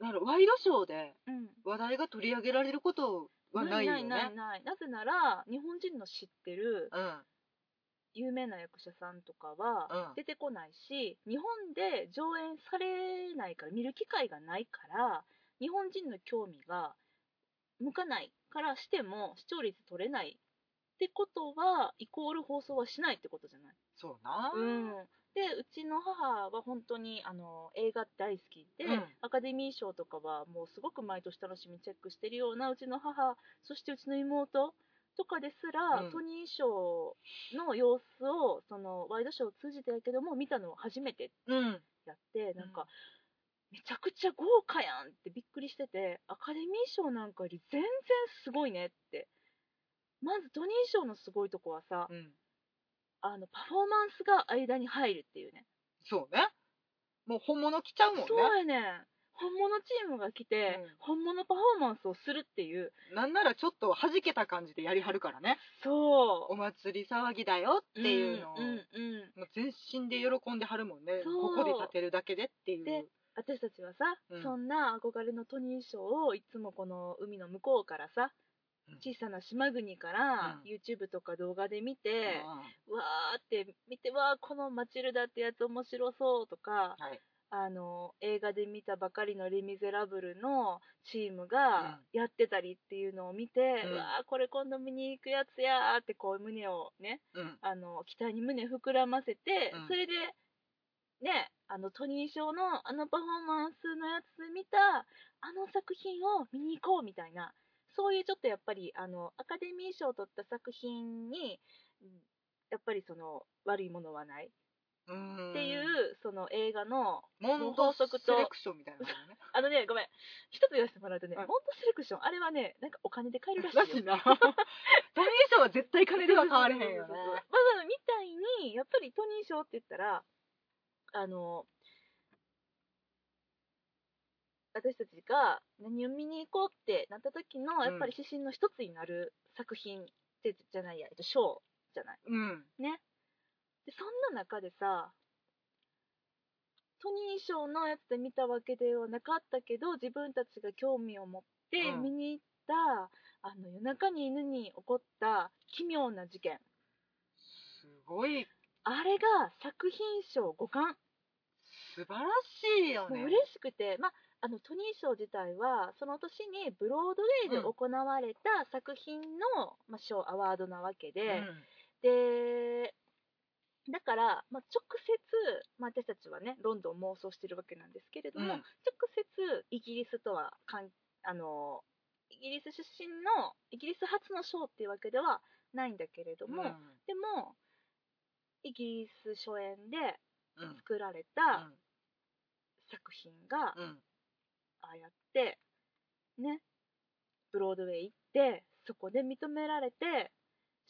ー、なんだろうワイドショーでうん話題が取り上げられることはないよなねいないないなぜなら日本人の知ってるうん有名な役者さんとかはうん出てこないし、日本で上演されないから見る機会がないから日本人の興味が向かないからしても視聴率取れないってことはイコール放送はしないってことじゃない、そうなうん、でうちの母は本当にあの映画大好きで、うんアカデミー賞とかはもうすごく毎年楽しみにチェックしてるようなうちの母そしてうちの妹とかですら、うんトニー賞の様子をそのワイドショーを通じてやけども見たのは初めてうんやってなんうか、めちゃくちゃ豪華やんってびっくりしててアカデミー賞なんかより全然すごいねってまずトニー賞のすごいとこはさうんあのパフォーマンスが間に入るっていうねそうねもう本物来ちゃうもんねそうやねん本物チームが来て、うん本物パフォーマンスをするっていうなんならちょっと弾けた感じでやりはるからねそお祭り騒ぎだよっていうのを、うんうんうんもう全身で喜んではるもんねそうここで立てるだけでっていうで私たちはさ、うんそんな憧れのトニー賞をいつもこの海の向こうからさうん小さな島国からう YouTube とか動画で見うんて、わーって見てわーこのマチルダってやつ面白そうとかはいあの映画で見たばかりの「レ・ミゼラブル」のチームがやってたりっていうのを見て、ううんわあこれ今度見に行くやつやーってこう胸をねうんあの期待に胸膨らませて、うんそれでねあのトニー賞のあのパフォーマンスのやつ見たあの作品を見に行こうみたいなそういうちょっとやっぱりあのアカデミー賞を取った作品にうんやっぱりその悪いものはないうんっていう、その映画のモンドセレクションみたいなのがねあのねごめん一つ言わせてもらうとね、はいモンドセレクションあれはねなんかお金で買えるらしいよらしいなトニー賞は絶対金では買われへんよねそうそうそうまあ、まあみたいにやっぱりトニー賞って言ったらあの私たちが何を見に行こうってなった時のやうんっぱり指針の一つになる作品ってじゃないや、えっと、賞じゃないうんでそんな中でさトニー賞のやつで見たわけではなかったけど自分たちが興味を持ってうん見に行った、あの夜中に犬に起こった奇妙な事件すごいあれが作品賞5冠、素晴らしいよもうね嬉しくて、まあ、あのトニー賞自体はその年にブロードウェイでうん行われた作品の、まあ、賞アワードなわけで、うんでだから、まあ、直接、まあ、私たちはねロンドンを妄想してるわけなんですけれども、うん直接イギリスとは関あのイギリス出身のイギリス発の賞っていうわけではないんだけれども、うんでもイギリス初演でうん作られた作品が、うんああやってねブロードウェイ行ってそこで認められて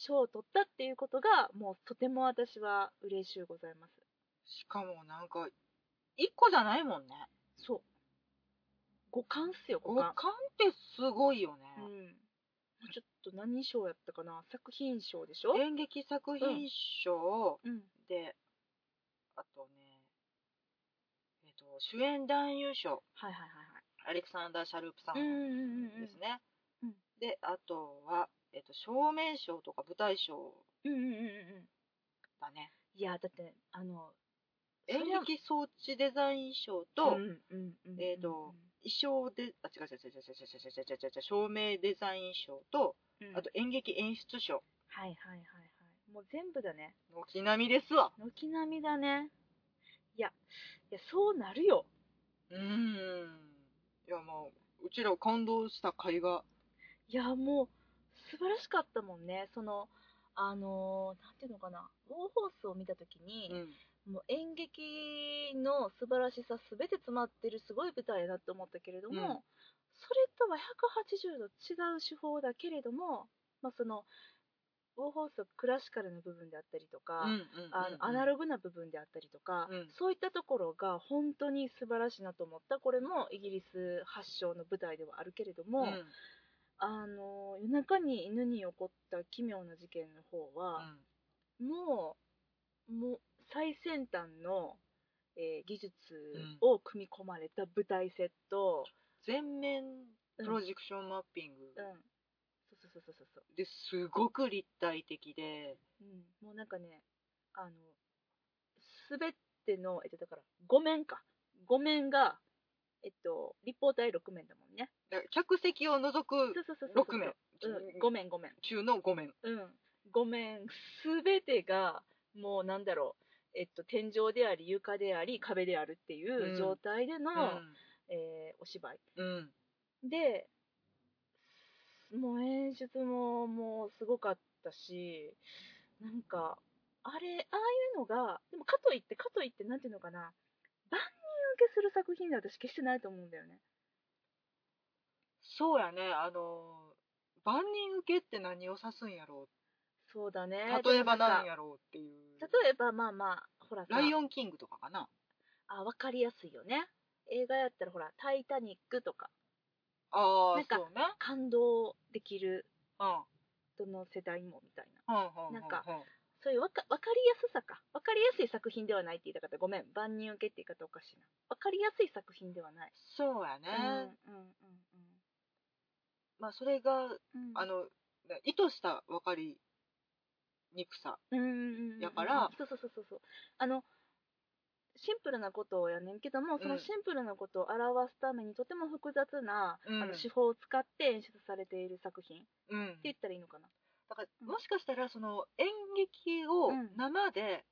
賞を取ったっていうことがもうとても私は嬉しゅうございますしかもなんか一個じゃないもんねそう五冠っすよ五五感冠ってすごいよね、うんもうちょっと何賞やったかな作品賞でしょ演劇作品賞うんで、あとね、えっと主演男優賞はいはいはアレクサンダー・シャループさいはいうんんうんうんうんですね、うんであとは、えっと照明賞とか舞台賞うんうんうんうんだねいやだってあの演それは劇装置デザイン賞うんうと、んうんうんえーと衣装であ違う違う違う違う違う違う違う違う違う照明デザイン賞と、うんあと演劇演出賞はいはいはいはいもう全部だね軒並みですわ軒並みだねいやいやそうなるようーんいやまあうちら感動した絵画いやもう素晴らしかったもんねそのあのーなんていうのかなウォーホースを見た時うに、んもう演劇の素晴らしさ全て詰まってるすごい舞台だと思ったけれども、うんそれとは180度違う手法だけれども、まあ、そのウォーホースはクラシカルな部分であったりとか、うんうんあのアナログな部分であったりとか、うんそういったところが本当に素晴らしいなと思ったこれもイギリス発祥の舞台ではあるけれども、うんあの夜中に犬に起こった奇妙な事件の方は、もうもう最先端の、えー技術を組み込まれた舞台セット、全面うプんロジェクションマッピングうんそうそうそうそうそうですごく立体的でうん、もうなんかねあのすべてのえっとだから5面か5面がえっと立方体6面だもんねだから客席を除そうくそうそうそう6面うん、5面5面中の5面うん5面すべてがもうなんだろうえっと天井であり床であり壁であるっていう状態での、えーお芝居うんでもう演出ももうすごかったしなんかあれああいうのがでもかといってかといってなんていうのかな万人受けする作品で私決してないと思うんだよねそうやねあの万人受けって何を指すんやろそうだねう例えばでもなんかやろうっていう例えばまあまあほらさライオンキングとかかなあわかりやすいよね映画やったらほら「タイタニック」とかあなあんかそうね感動できるうんどの世代もみたいなななんかそういうわかわかりやすさかわかりやすい作品ではないって言いたかったごめん万人受けって言い方おかしいなわかりやすい作品ではないそうやね、うんうんまあそれうがんうんあの意図した分かりにくさうんうんうんうんやからそうそうそうそうそうあのシンプルなことをやねんけども、そのシンプルなことを表すためにとても複雑な、うんあの手法を使って演出されている作品ってうん、言ったらいいのかな、だからうんもしかしたらその演劇をうん生で、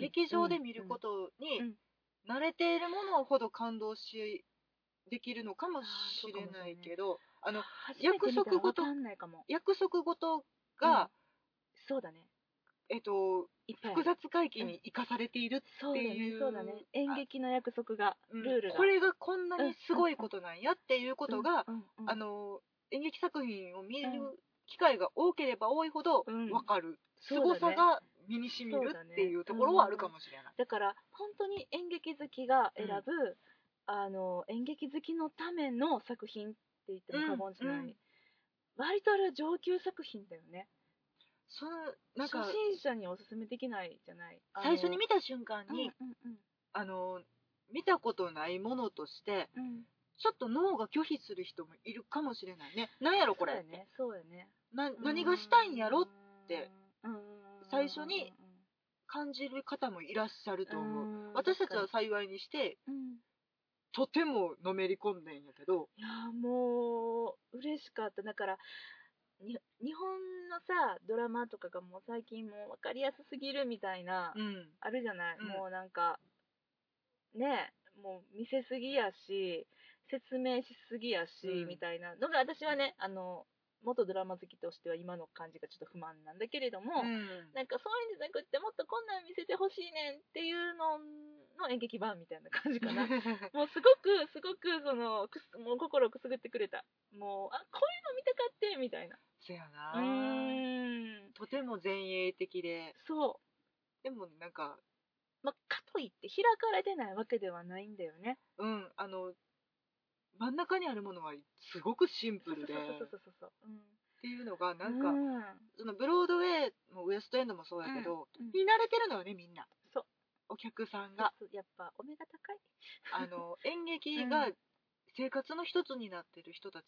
劇場で見ることうんうにん慣れているものほど感動しできるのかもしれないけどあうんの初めて見たら約束ごとわかんないかも約束事が、そうだねえっと、いっぱいあ複る雑回帰に生かされているってそうだねいうそうだね演劇の約束がうんルールがこれがこんなにすごいことなんやっていうことが、うんうんあの演劇作品を見るうん機会が多ければ多いほどうん分かる、そうだね凄さが身にしみるっていうところはあるかもしれない。だから本当に演劇好きが選ぶ、あの演劇好きのための作品って言っても過言じゃない、うんうん割とあれは上級作品だよねそのなんか初心者におすすめできないじゃないあの最初に見た瞬間に、うんうんあの見たことないものとしてうんうんちょっと脳が拒否する人もいるかもしれないね。なんやろこれ、そうだねそうだねな何がしたいんやろてうん最初に感じる方もいらっしゃると思う。ん私たちは、幸いにしてうんとてものめり込んでんやけど、いやーもう嬉しかっただからに日本のさドラマとかがもう最近もう分かりやすすぎるみたいな、うん、あるじゃない、うんもうなんかねえもう見せすぎやし説明しすぎやし、うんみたいなのが私はねあの元ドラマ好きとしては今の感じがちょっと不満なんだけれども、なんかそういうんじゃなくってもっとこんなん見せてほしいねんっていうのの演劇版みたいな感じかなもうすごくすごくそのくすもう心をくすぐってくれたもうあこういうの見たかってみたいなせやうなーんとても前衛的でそでもなんかう、まあ、かといって開かれてないわけではないんだよねうんあの真ん中にあるものはすごくシンプそうそルうでそっうそうそうそううんていうのがなんか、うんそのブロードウェイもウエストエンドもそうやけど、うんうんに慣れてるのよねみんなそうお客さんががやっぱお目が高いあの演劇がうん生活の一つになってる人たち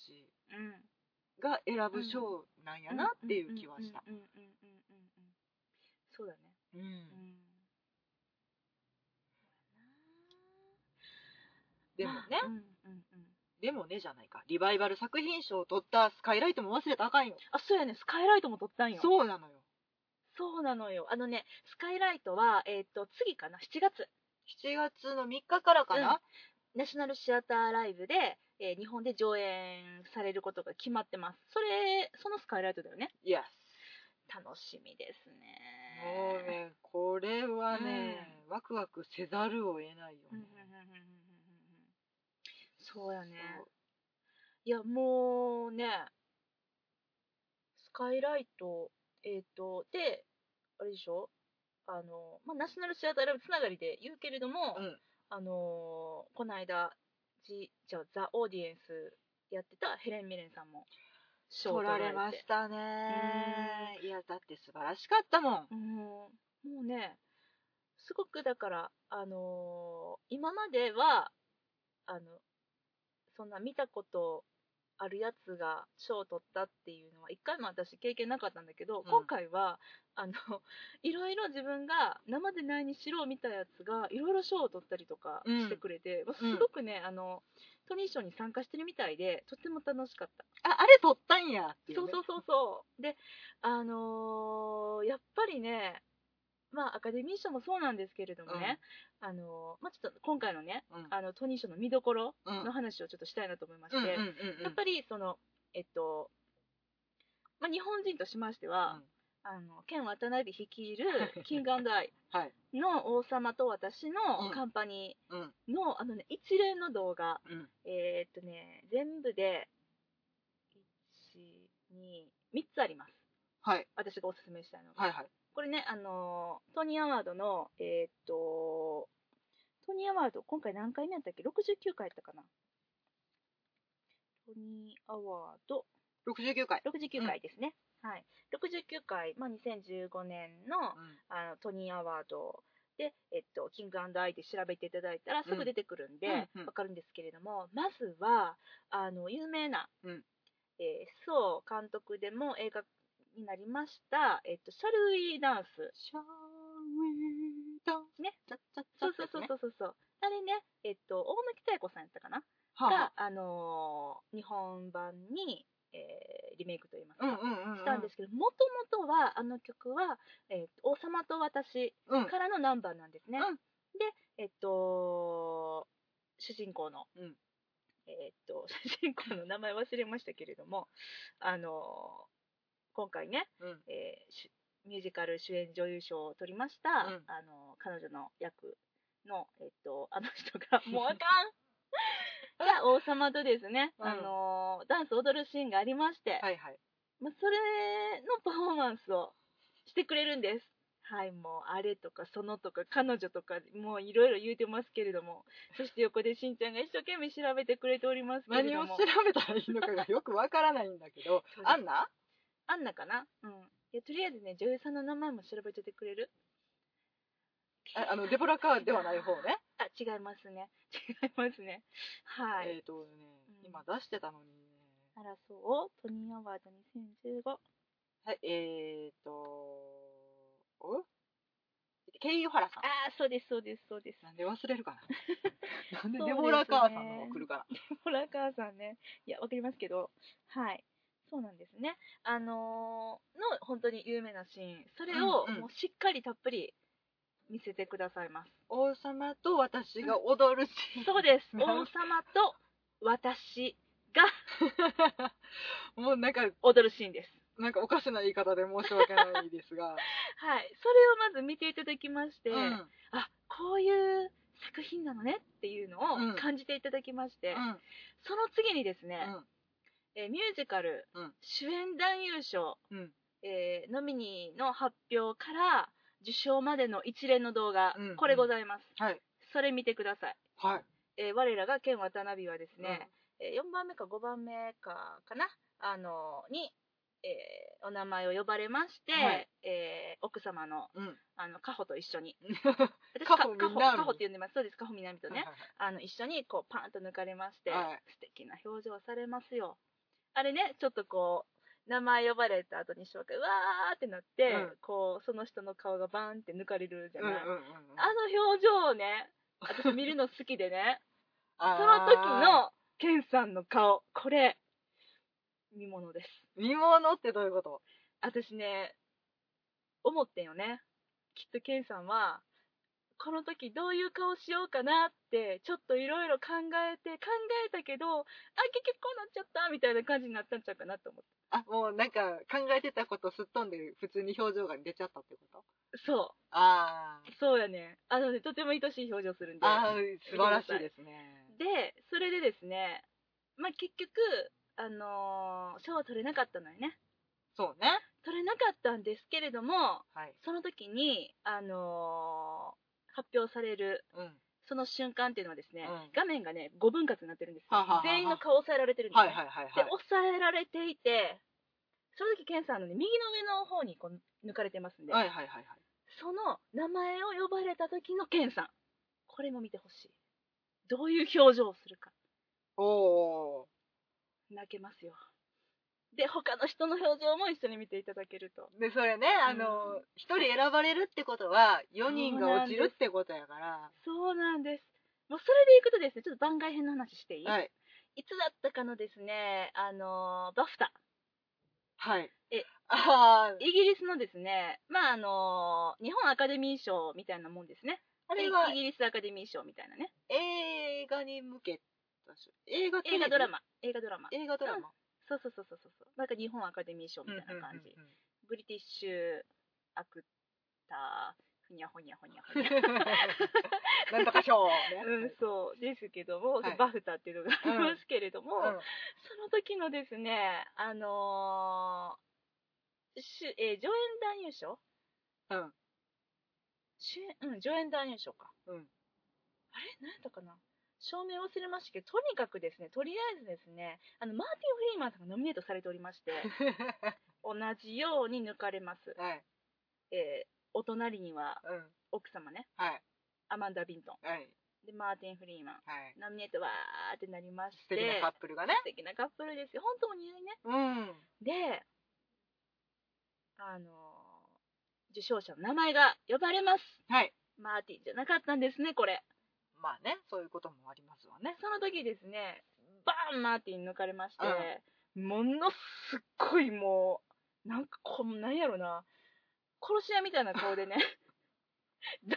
うんが選ぶ賞なんやなっていう気はした、うんうんうんうんうんうんうんそうだねうんうんでもね、うんうんうんでもねじゃないかリバイバル作品賞を取ったスカイライトも忘れたらあかんよあそうやねスカイライトも撮ったんよそうなのよそうなのよあのねスカイライトはえっ、と次かな7月7月の3日からかな、ナショナルシアターライブで、えー日本で上演されることが決まってますそれそのスカイライトだよねイエス楽しみですもうねねこれはね、ワクワクせざるを得ないようんうんねうんうんうんうんうんうんそうやねそういやもうねスカイライトえっ、とであれでしょあの、まあ、ナショナルシアターライブつながりで言うけれども、うんあのーこの間じじゃあザ・オーディエンスやってたヘレン・ミレンさんも賞を取られまてしたねいやだって素晴らしかったもんうんもうねすごくだからあのー今まではあのそんな見たことあるやつが賞を取ったっていうのは一回も私経験なかったんだけど、うん今回はあのいろいろ自分が生でないにしろ見たやつがいろいろ賞を取ったりとかうんしてくれて、まあうんすごくね、あのトニー賞に参加してるみたいでとっても楽しかった。ああれ取ったんやっていう、そうそうそうそう。で、あのーやっぱりね、まあアカデミー賞もそうなんですけれどもね、あのーまあちょっと今回のね、うん、あのトニー賞の見どころうんの話をちょっとしたいなと思いまして、うんうんうんうんやっぱりそのえっと、まあ日本人としましては、あのケン渡辺率いるキングアイはいの王様と私うのんカンパニうんうんーの、あのね一連の動画うんえーっとね、全部で、1、2、3つあります。はい私がおすすめしたいのが。はいはいこれね、あのー、トニーアワードの、えーっと、トニーアワード、今回何回目やったっけ ?69 回やったかな。トニーアワード、 69回、 69回ですね。はい。69回、まあ、2015年の、うんあのトニーアワードで、えっと、キングアイで調べていただいたらすぐ出てくるんで、うわんうんうんかるんですけれども、まずはあの有名な、うんえーソー監督でも映画になりました「えっと、シャルウィーダンスシャーウィーダンスねちゃっちゃっちゃそっうてそうやつそねうそうそうそうあれねえっと大貫妙子さんやったかなはが、あのー日本版に、えーリメイクといいますあ、うんか、うんうんうん、したんですけどもともとはあの曲は「えー王様と私うん、」からのナンバーなんですね、うんでえっと主人公の、うんえっと [laughs] 主人公の名前忘れましたけれどもあのー今回ね、うんえーしミュージカル主演女優賞を取りました、うんあの彼女の役の、えっと、あの人がも [laughs] うあかんが王様とですね、うんあのダンス踊るシーンがありまして、はいはいまあそれのパフォーマンスをしてくれるんです。はい、もうあれとかそのとか彼女とかもういろいろ言うてますけれど [laughs] もそして横でしんちゃんが一生懸命調べてくれておりますけれ何どをも調べたらいいのかがよくわからないんだけ [laughs] どアンナアンナかなうんいやとりあえずね女優さんの名前も調べといてくれるああのデボラ・カーではない方ねあ違いますね [laughs] 違いますね [laughs] はい、えっ、とねうん今出してたのにね争おうトニーアワード2015はいえっ、とおケイ・ヨハラさんああそうですそうですそうですなんで忘れるか [laughs] ななんでそうですねデボラ・カーさんの方が来るか [laughs] ホラー母さんね。いや、わかりますけど。はい。そうなんですね。あのーの、本当に有名なシーン。それを、うんうんもうしっかりたっぷり見せてくださいます。な王様と私が踊るシーンそうです。な王様と私が [laughs] もうなんか踊るシーンです。なんかおかしな言い方で申し訳ないですが、はい。それをまず見ていただきまして、うんあ、こういう作品なのねっていうのうをん感じていただきまして、うんその次にですね、うんえーミュージカル、うん主演男優賞、うんえーノミニーの発表から受賞までの一連の動画、うんこれございます、はいそれ見てください、はいえー我らが剣渡辺はですね、え4番目か5番目かかなあのーに、えーお名前を呼ばれまして、はいえー奥様のうんあのカホと一緒に私カホカホ南カホって呼んでますそうですカホ南とね、はいあの一緒にこうパンと抜かれまして、はい素敵な表情をされますよあれねちょっとこう名前呼ばれた後に紹介うわーってなって、うんこうその人の顔がバーンって抜かれるじゃ [laughs] うんうない、んうんうんあの表情をね私見るの好きでねそ [laughs] あーの時のケンさんの顔これ見ものです見物ってどういうこと私ね思ってんよねきっとケンさんはこの時どういう顔しようかなってちょっといろいろ考えて考えたけどあ結局こうなっちゃったみたいな感じになったんちゃうかなと思ってあもうなんか考えてたことすっ飛んで普通に表情が出ちゃったってことそあうそうやねあのねとても愛しい表情するんーであー素晴らしいですねでそれでですねまあ結局あのー賞は取れなかったのよねそうね取れなかったんですけれどもはいその時にあのー発表されるうんその瞬間っていうのはですね、うん画面がね、5分割になってるんですよ。はあはあはあ全員の顔を抑えられてるんですはいね、はいはいではい、抑えられていて、正直、ケンさんの、ね、右の上の方にこう抜かれてますんで、はいはいはいはいその名前を呼ばれた時のケンさん、これも見てほしい。どういう表情をするか、おお泣けますよ。で、他の人の表情も一緒に見ていただけると。でそれねあうの一、人選ばれるってことは4人が落ちるってことやからそうなんです。もうそれでいくとですね、ちょっと番外編の話していい、、はいいつだったかのですね、あのーバフタ。はいえあーイギリスのですね、まああの日本アカデミー賞みたいなもんですね。あれはイギリスアカデミー賞みたいなね。映画に向けたし映画テレ映ビ画ドラマ、映画ドラマ。映画ドラマそうそうそうそうそうそう。なんか日本アカデミー賞みたいな感じ。ブリティッシュアクターふにゃほにゃほにゃほにゃ。 [laughs] なんとか [laughs] 賞うん、そうですけども、はいバフタっていうのがありますけれども、うんその時のですね、あのー主えー上演男優賞うん主演、うん、上演男優賞か。うんあれ何やったかな証明忘れましたけど、とにかくですね、とりあえずですね、あのマーティン・フリーマンさんがノミネートされておりま [laughs] して、同じように抜かれます。 [laughs] はいえーお隣にはうん奥様ね、はいアマンダ・ビントはいン。で、マーティン・フリーマン。はいノミネートわーってなりまして、素敵なカップルがね素敵なカップルですよ。本当お似合いね。うんで、あのー受賞者の名前が呼ばれます。はいマーティンじゃなかったんですねこれまあねそういうこともありますわねその時ですねバーンマーティン抜かれまして、ものすっごいもうなんかこうなんやろな殺し屋みたいな顔でね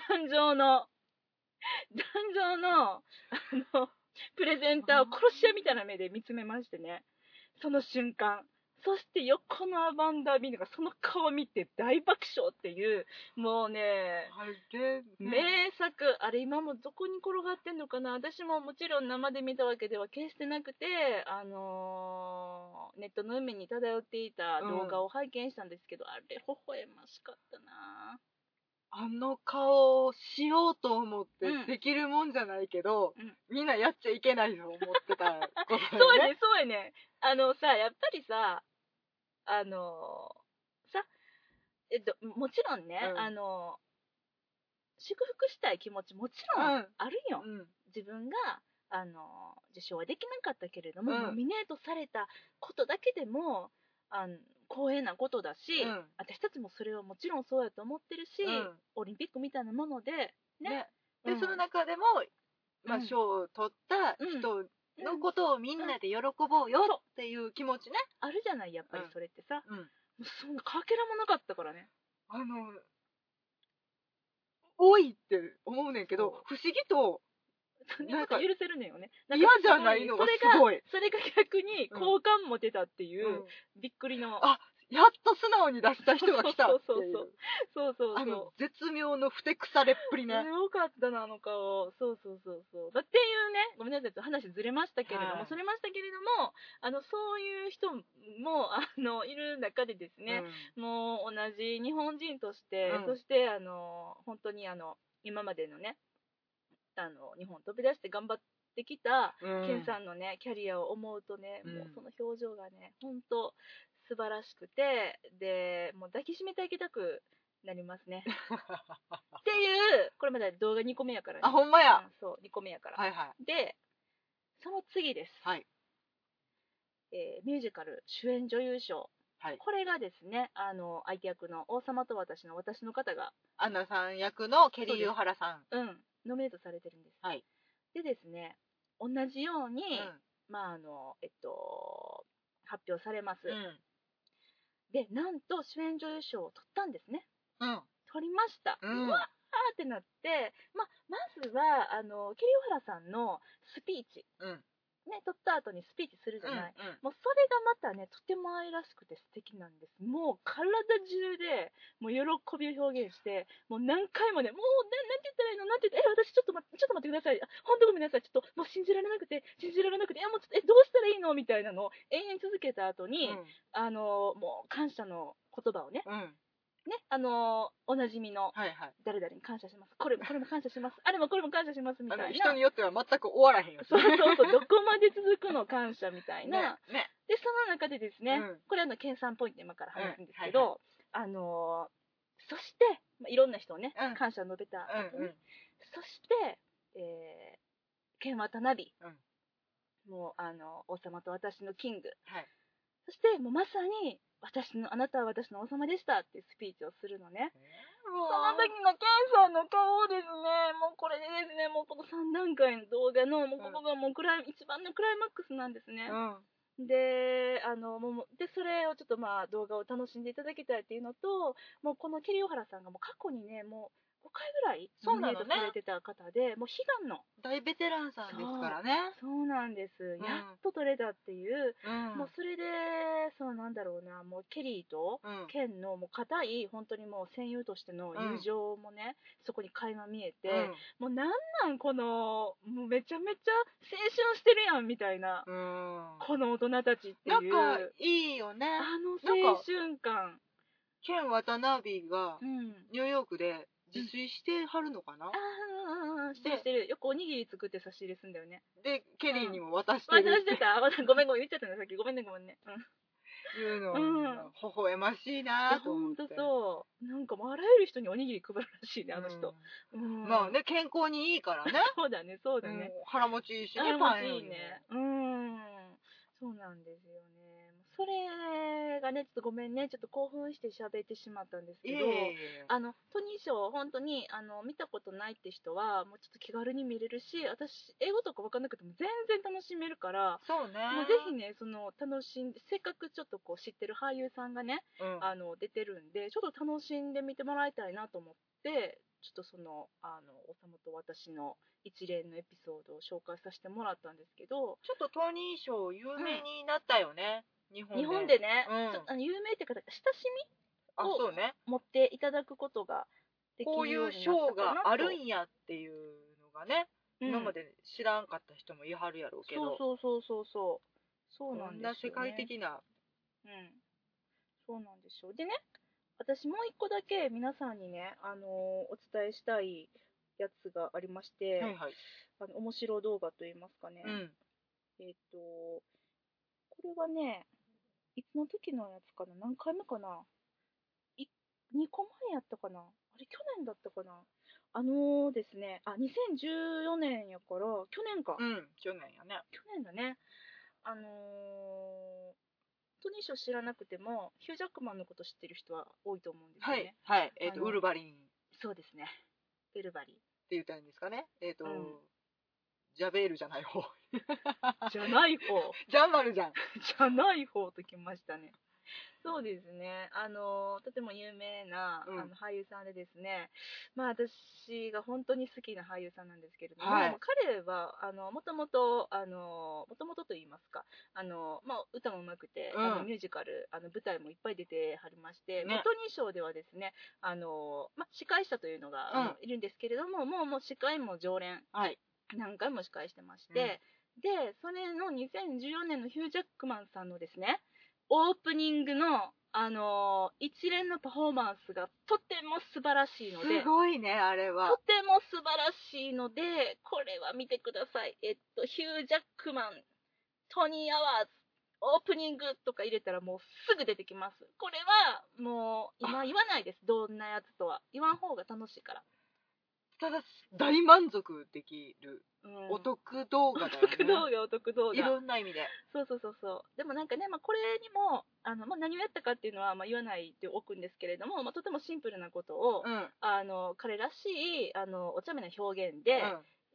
壇上の壇上のあのプレゼンターを殺し屋みたいな目で見つめましてねその瞬間そして横のアバンダー・ビーヌがその顔を見て大爆笑っていうもうねあれ名作あれ今もどこに転がってんのかな私ももちろん生で見たわけでは決してなくてあのーネットの海に漂っていた動画を拝見したんですけど、あれ微笑ましかったなあの顔をしようと思ってうんできるもんじゃないけど、うんみんなやっちゃいけないと思ってた [laughs] ことだそうよやね。ねそうやねあのさやっぱりさあのーさえっともちろんね、うんあのー祝福したい気持ちもちろんうんあるよ、うん自分があの受賞はできなかったけれども、うんノミネートされたことだけでもあの光栄なことだし、うん私たちもそれはもちろんそうやと思ってるし、うんオリンピックみたいなもので、ねねうでんその中でも、まうあ、ん賞を取った人のことをみんなで喜ぼうようんっていう気持ちね。あるじゃないやっぱりうんそれってさ、うんもうそんなかけらもなかったからね [laughs] あの、多いって思うねんけど、不思議とそんななんことか許せるのよねん嫌かじゃないのがすごい。それがそれが逆に好感持てたっていう、うんびっくりのあやっと素直に出した人が来たってそうそういそうう。そうそうそあうの、絶妙のふてくされっぷりね。すごかったな、あの顔。そうそうそうそう。だっていうね、ごめんなさい、ちょっと話ずれましたけれども、はいそれましたけれども、あの、そういう人も、あの、いる中でですね、もう同じ日本人として、うんそして、あの、本当にあの、今までのね、あの、日本飛び出して頑張ってきた、うん。ケンさんのね、キャリアを思うとね、うんもうその表情がね、本当素晴らしくて、で、もう抱きしめてあげたくなります [laughs] ね。っていう、これまだ動画2個目やからね。あ、ほんまや。うんそう、2個目やから。はいはい。で、その次です。はい。えーミュージカル主演女優賞。はいこれがですね、あの、相手役の王様と私の私の方が、アンナさん役のケリー・ユーハラさうん、ノミネートされてるんです。はいでですね、同じように、ん。まあ、あの、えっと、発表されます。うん。で、なんと主演女優賞を取ったんですね。うん。取りました。うんうわーってなって、まあ、まずは、あの、ケリオハラさんのスピーチ。うん。ね、取った後にスピーチするじうゃん。ない。もうそれがまたね、とても愛らしくて素敵なんです。もう体中で、もう喜びを表現して、もう何回もね、もうななんて言ったらいいのなんて言ったら、え、私ちょっと待って、ちょっと待ってください。あ本当ごめんなさい。ちょっともう信じられなくて、信じられなくて、いやもうちょっと、え、どうしたらいいのみたいなのを延々続けた後に、あの、もう感謝の言葉をね、うん。うん。ね、あの、おなじみの、はいはい。誰々に感謝します。これも、これも感謝します。あれもこれも感謝します。みたあいなの。人によっては全く終わらへんよ。そうそうそう、どこまで続くの感謝みたいな。 [laughs] ね。ね。で、その中でですね、うんこれあの、研さんポイント今から話すんですけうんど、あのーそして、まあいろんな人をね、うん感謝を述べた後に、うんうん。そして、えー、ケン渡辺、うんもう、あの、王様と私のキング、はい。そして、もうまさに、私の、あなたは私の王様でしたっていうスピーチをするのね。 [laughs] その時のケンさんの顔をですね、もうこれでですね、もうこの3段階の動画の、もうここがもうクライ、一番のクライマックスなんですね。うん。で、あの、もうもう、で、それをちょっとまあ動画を楽しんでいただきたいっていうのと、もうこのケリオハラさんがもう過去にね、もう5回ぐらいそうなのねノミネートされてた方で、もう悲願の。大ベテランさんですからね。そうなんです。んやっと取れたっていう、うんもうそれで、そうなんだろうな、もうケリーと、うん。ケンのもう固い、本当にもう戦友としての友情もね、そこに垣間見えて、もうなんなんこの、もうめちゃめちゃ青春してるやんみたいな、うん。この大人たちってなんいう。かいいよね。あのなん青か春感。ケン・ワタナビがうん。ニューヨークで自炊してはるのかなあ、あ、してるしてる。よくおにぎり作って差し入れすんだよね。で、ケリーにも渡して私るしてた。私ごめんごめん言っちゃったね、さっき。ごめんね、ごめんね。うん。っていうのは、うん微笑ましいいやなほと思っんてと。そう。なんかもうあらゆる人におにぎり配るらしいね、あの人。うんうんまあ。ね、健康にいいからね。そうだね、そうだうんね。腹持ちいいしあれね、もパンよいいりもね。うん。そうなんですよね。それがね、ちょっとごめんね、ちょっと興奮して喋ってしまったんですけいえど、いえいえあのトニー賞、本当にあの見たことないって人は、もうちょっと気軽に見れるし、私、英語とか分かんなくても全然楽しめるから、そうねもうぜひね、その楽しんで、せっかくちょっとこう知ってる俳優さんがね、うんあの出てるんで、ちょっと楽しんで見てもらいたいなと思って、ちょっとその、あのおさまと私の一連のエピソードを紹介させてもらったんですけど、ちょっとトニー賞有名になったよね、日本で日本でね、うんちょっとあの有名っていうか、親しあそうねみ持っていただくことができこうるいよううにな賞ったかなとがあるんやっていうのがね、うん今まで知らんかった人もいはるやろうけどそうそうそうそうそうそうなこんんですよ、なね、世界的なうんそうなんですよでね私もう一個だけ皆さんにね、あのーお伝えしたいやつがありまして、はいはい、あの面白動画といいますかね、うん、えっ、とこれはねいつの時のやつかな何回目かない2個前やったかなあれ去年だったかなあのーですねあ2014年やから去年か、うん、去年やね去年だねあのートニー賞知らなくてもヒュージャックマンのこと知ってる人は多いと思うんですよね、はいえっ、あとのウルヴァリンってそうですねウルバリ言ったらいいんですかねえっ、と、うんジャベールじゃない方ー [laughs] じゃない方ジャンマルじゃん [laughs] じゃない方ときましたねそうですねあのーとても有名な、うんあの俳優さんでですねまあ私が本当に好きな俳優さんなんですけれども、はい彼はあのもともとあのもともとと言いますかあの、まあ、歌もうまくて、うんあのミュージカルあの舞台もいっぱい出てはりまして、ねまあトニー賞ではですねあの、まあ、司会者というのが、あのいるんですけれどももうもう司会も常連はい何回も司会してまして、でそれの2014年のヒュー・ジャックマンさんのですねオープニングの、あのー一連のパフォーマンスがとても素晴らしいのですごいねあれはとても素晴らしいのでこれは見てくださいえっとヒュー・ジャックマントニー・アワーズオープニングとか入れたらもうすぐ出てきますこれはもう今言わないですどんなやつとは言わん方が楽しいから、ただ大満足できるうんお得動お画だよね、得動画お得動画いろんな意味でそうそうそうそうでもなんかね、まあ、これにもあの、まあ、何をやったかっていうのは、まあ、言わないでおくんですけれども、まあ、とてもシンプルなことを、うん、うん、あの彼らしいあのお茶目な表現で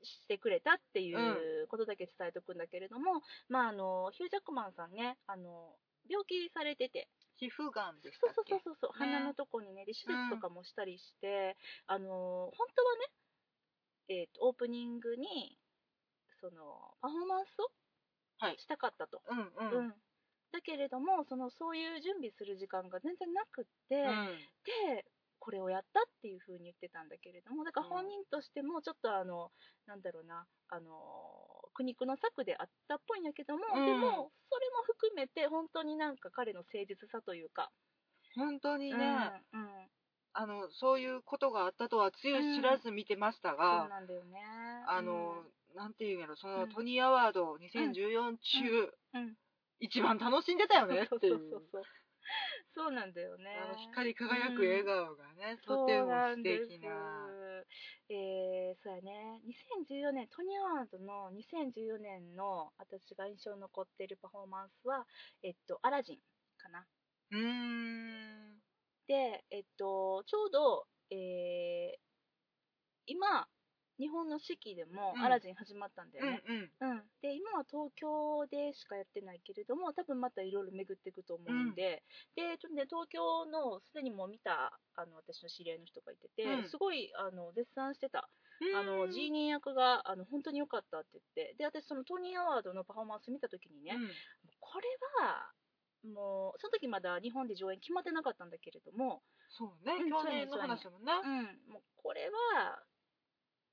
してくれたっていううことだけ伝えておくんだけれども、まあ、あのヒュー・ジャックマンさんねあの病気されてて皮膚がんでしたそうっそうそけうそうそうね鼻のとこにねで手術とかもしたりして、あの本当はね、えーとオープニングにそのパフォーマンスはをいしたかったと。うんうん、うん、だけれどもそのそういう準備する時間が全然なくって、うんでこれをやったっていうふうに言ってたんだけれどもだからうん本人としてもちょっとあの、なんだろうなあの苦肉の策であったっぽいんやけども、うんでもそれも含めて本当になんか彼の誠実さというか、本当にね、うんうんあのそういうことがあったとはつゆ知らず見てましたそうが、なんだよねあの、うなんていうんやろそうのんトニーアワード2014中、んうん一番楽しんでたよねそうっていそううそうそうそうなんだよねあの光り輝く笑顔がね、とても素敵なえー、そうやね2014年トニー・アワードの2014年の私が印象に残っているパフォーマンスはえっとアラジンかなうーんでえっとちょうど、えー今日本の四季でもうんアラジン始まったんだうよんね、うんうん、で今は東京でしかやってないけれども多分またいろいろ巡っていくと思うんで、でちょっとね東京のすでにもう見たあの私の知り合いの人がいてて、うんすごいあの絶賛してた、あうのんジーニー役があの本当に良かったって言ってで私そのトニー・アワードのパフォーマンス見た時にね、これはもうその時まだ日本で上演決まってなかったんだけれども、そうねうん去年の話だもんねうん、もうこれは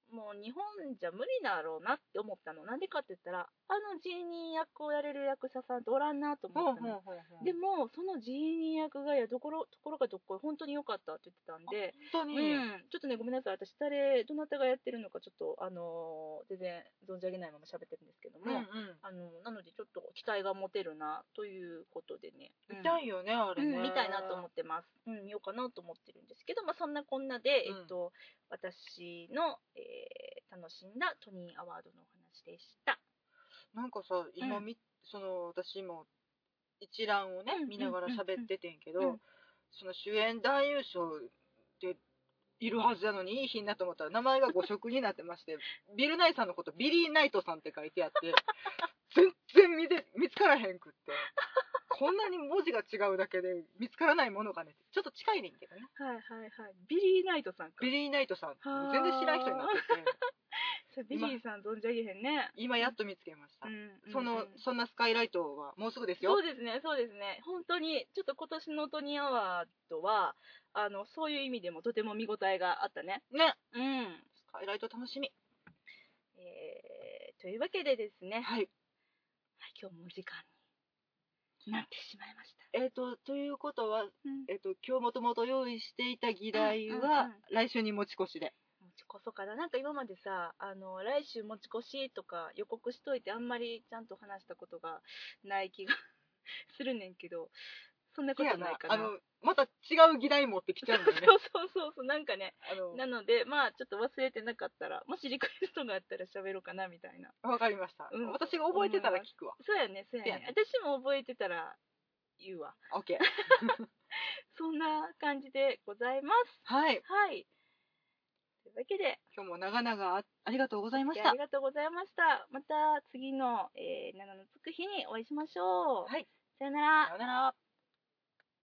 もう日本じゃ無理だろうなって思ったのなんでかって言ったらあのジーニー役をやれる役者さんっておらんなと思ほうったの、ほうほうほうでもそのジーニー役がいやどころところがどっこい本当に良かったって言ってたんで本う当に、ん、ちょっとねごめんなさい私誰どなたがやってるのかちょっとあのー全然存じ上げないまま喋ってるんですけども、うんうんあのなのでちょっと期待が持てるなということでね、うん見たいよねあれね、うん、見たいなと思ってます、うん、見ようかなと思ってるんですけど、まあ、そんなこんなで、うえんっと、私の、えー楽しんだトニーアワードのお話でしたなんかさ今うんみ、その私も一覧をねうんうんうんうん見ながら喋っててんけど、うんその主演男優賞でいるはずなのにいい日になと思ったら名前が誤色になってまして [laughs] ビル・ナイさんのことビリー・ナイトさんって書いてあって [laughs] 全然見て見つからへんくってこんなに文字が違うだけで見つからないものがねちょっと近いねんけどねはいはいはいビリー・ナイトさんかビリー・ナイトさんはあ全然知らん人になっててそうビリーさん存じ上げへんね今やっと見つけました、うんうんうんそのそんなスカイライトはもうすぐですよそうですねそうですね本当にちょっと今年のトニーアワードはあのそういう意味でもとても見応えがあったねねうんスカイライト楽しみえーというわけでですね、はい、はい今日もお時間になってしまいました。えー、とということは、うん、えー、と今日もともと用意していた議題うんはうんうん来週に持ち越しで、持ち越そうかな。なんか今までさ、あの来週持ち越しとか予告しといてあんまりちゃんと話したことがない気が [laughs] するねんけど、そんなこせやとなないかな。あのまた違う議題持ってきちゃうんだ [laughs] そうよねそうそうそうなんかねなのでまあちょっと忘れてなかったらもしリクエストがあったら喋ろうかなみたいなあのわかりました、うん私が覚えてたら聞くわそうやねそうやねそうやね私も覚えてたら言うわ OK そんな感じでございますはいはい。というわけで、今日も長々あありがとうございましあたりがとうございました。また次の、えー、7のつく日にお会いしましょう。はいさよならさ。ようなら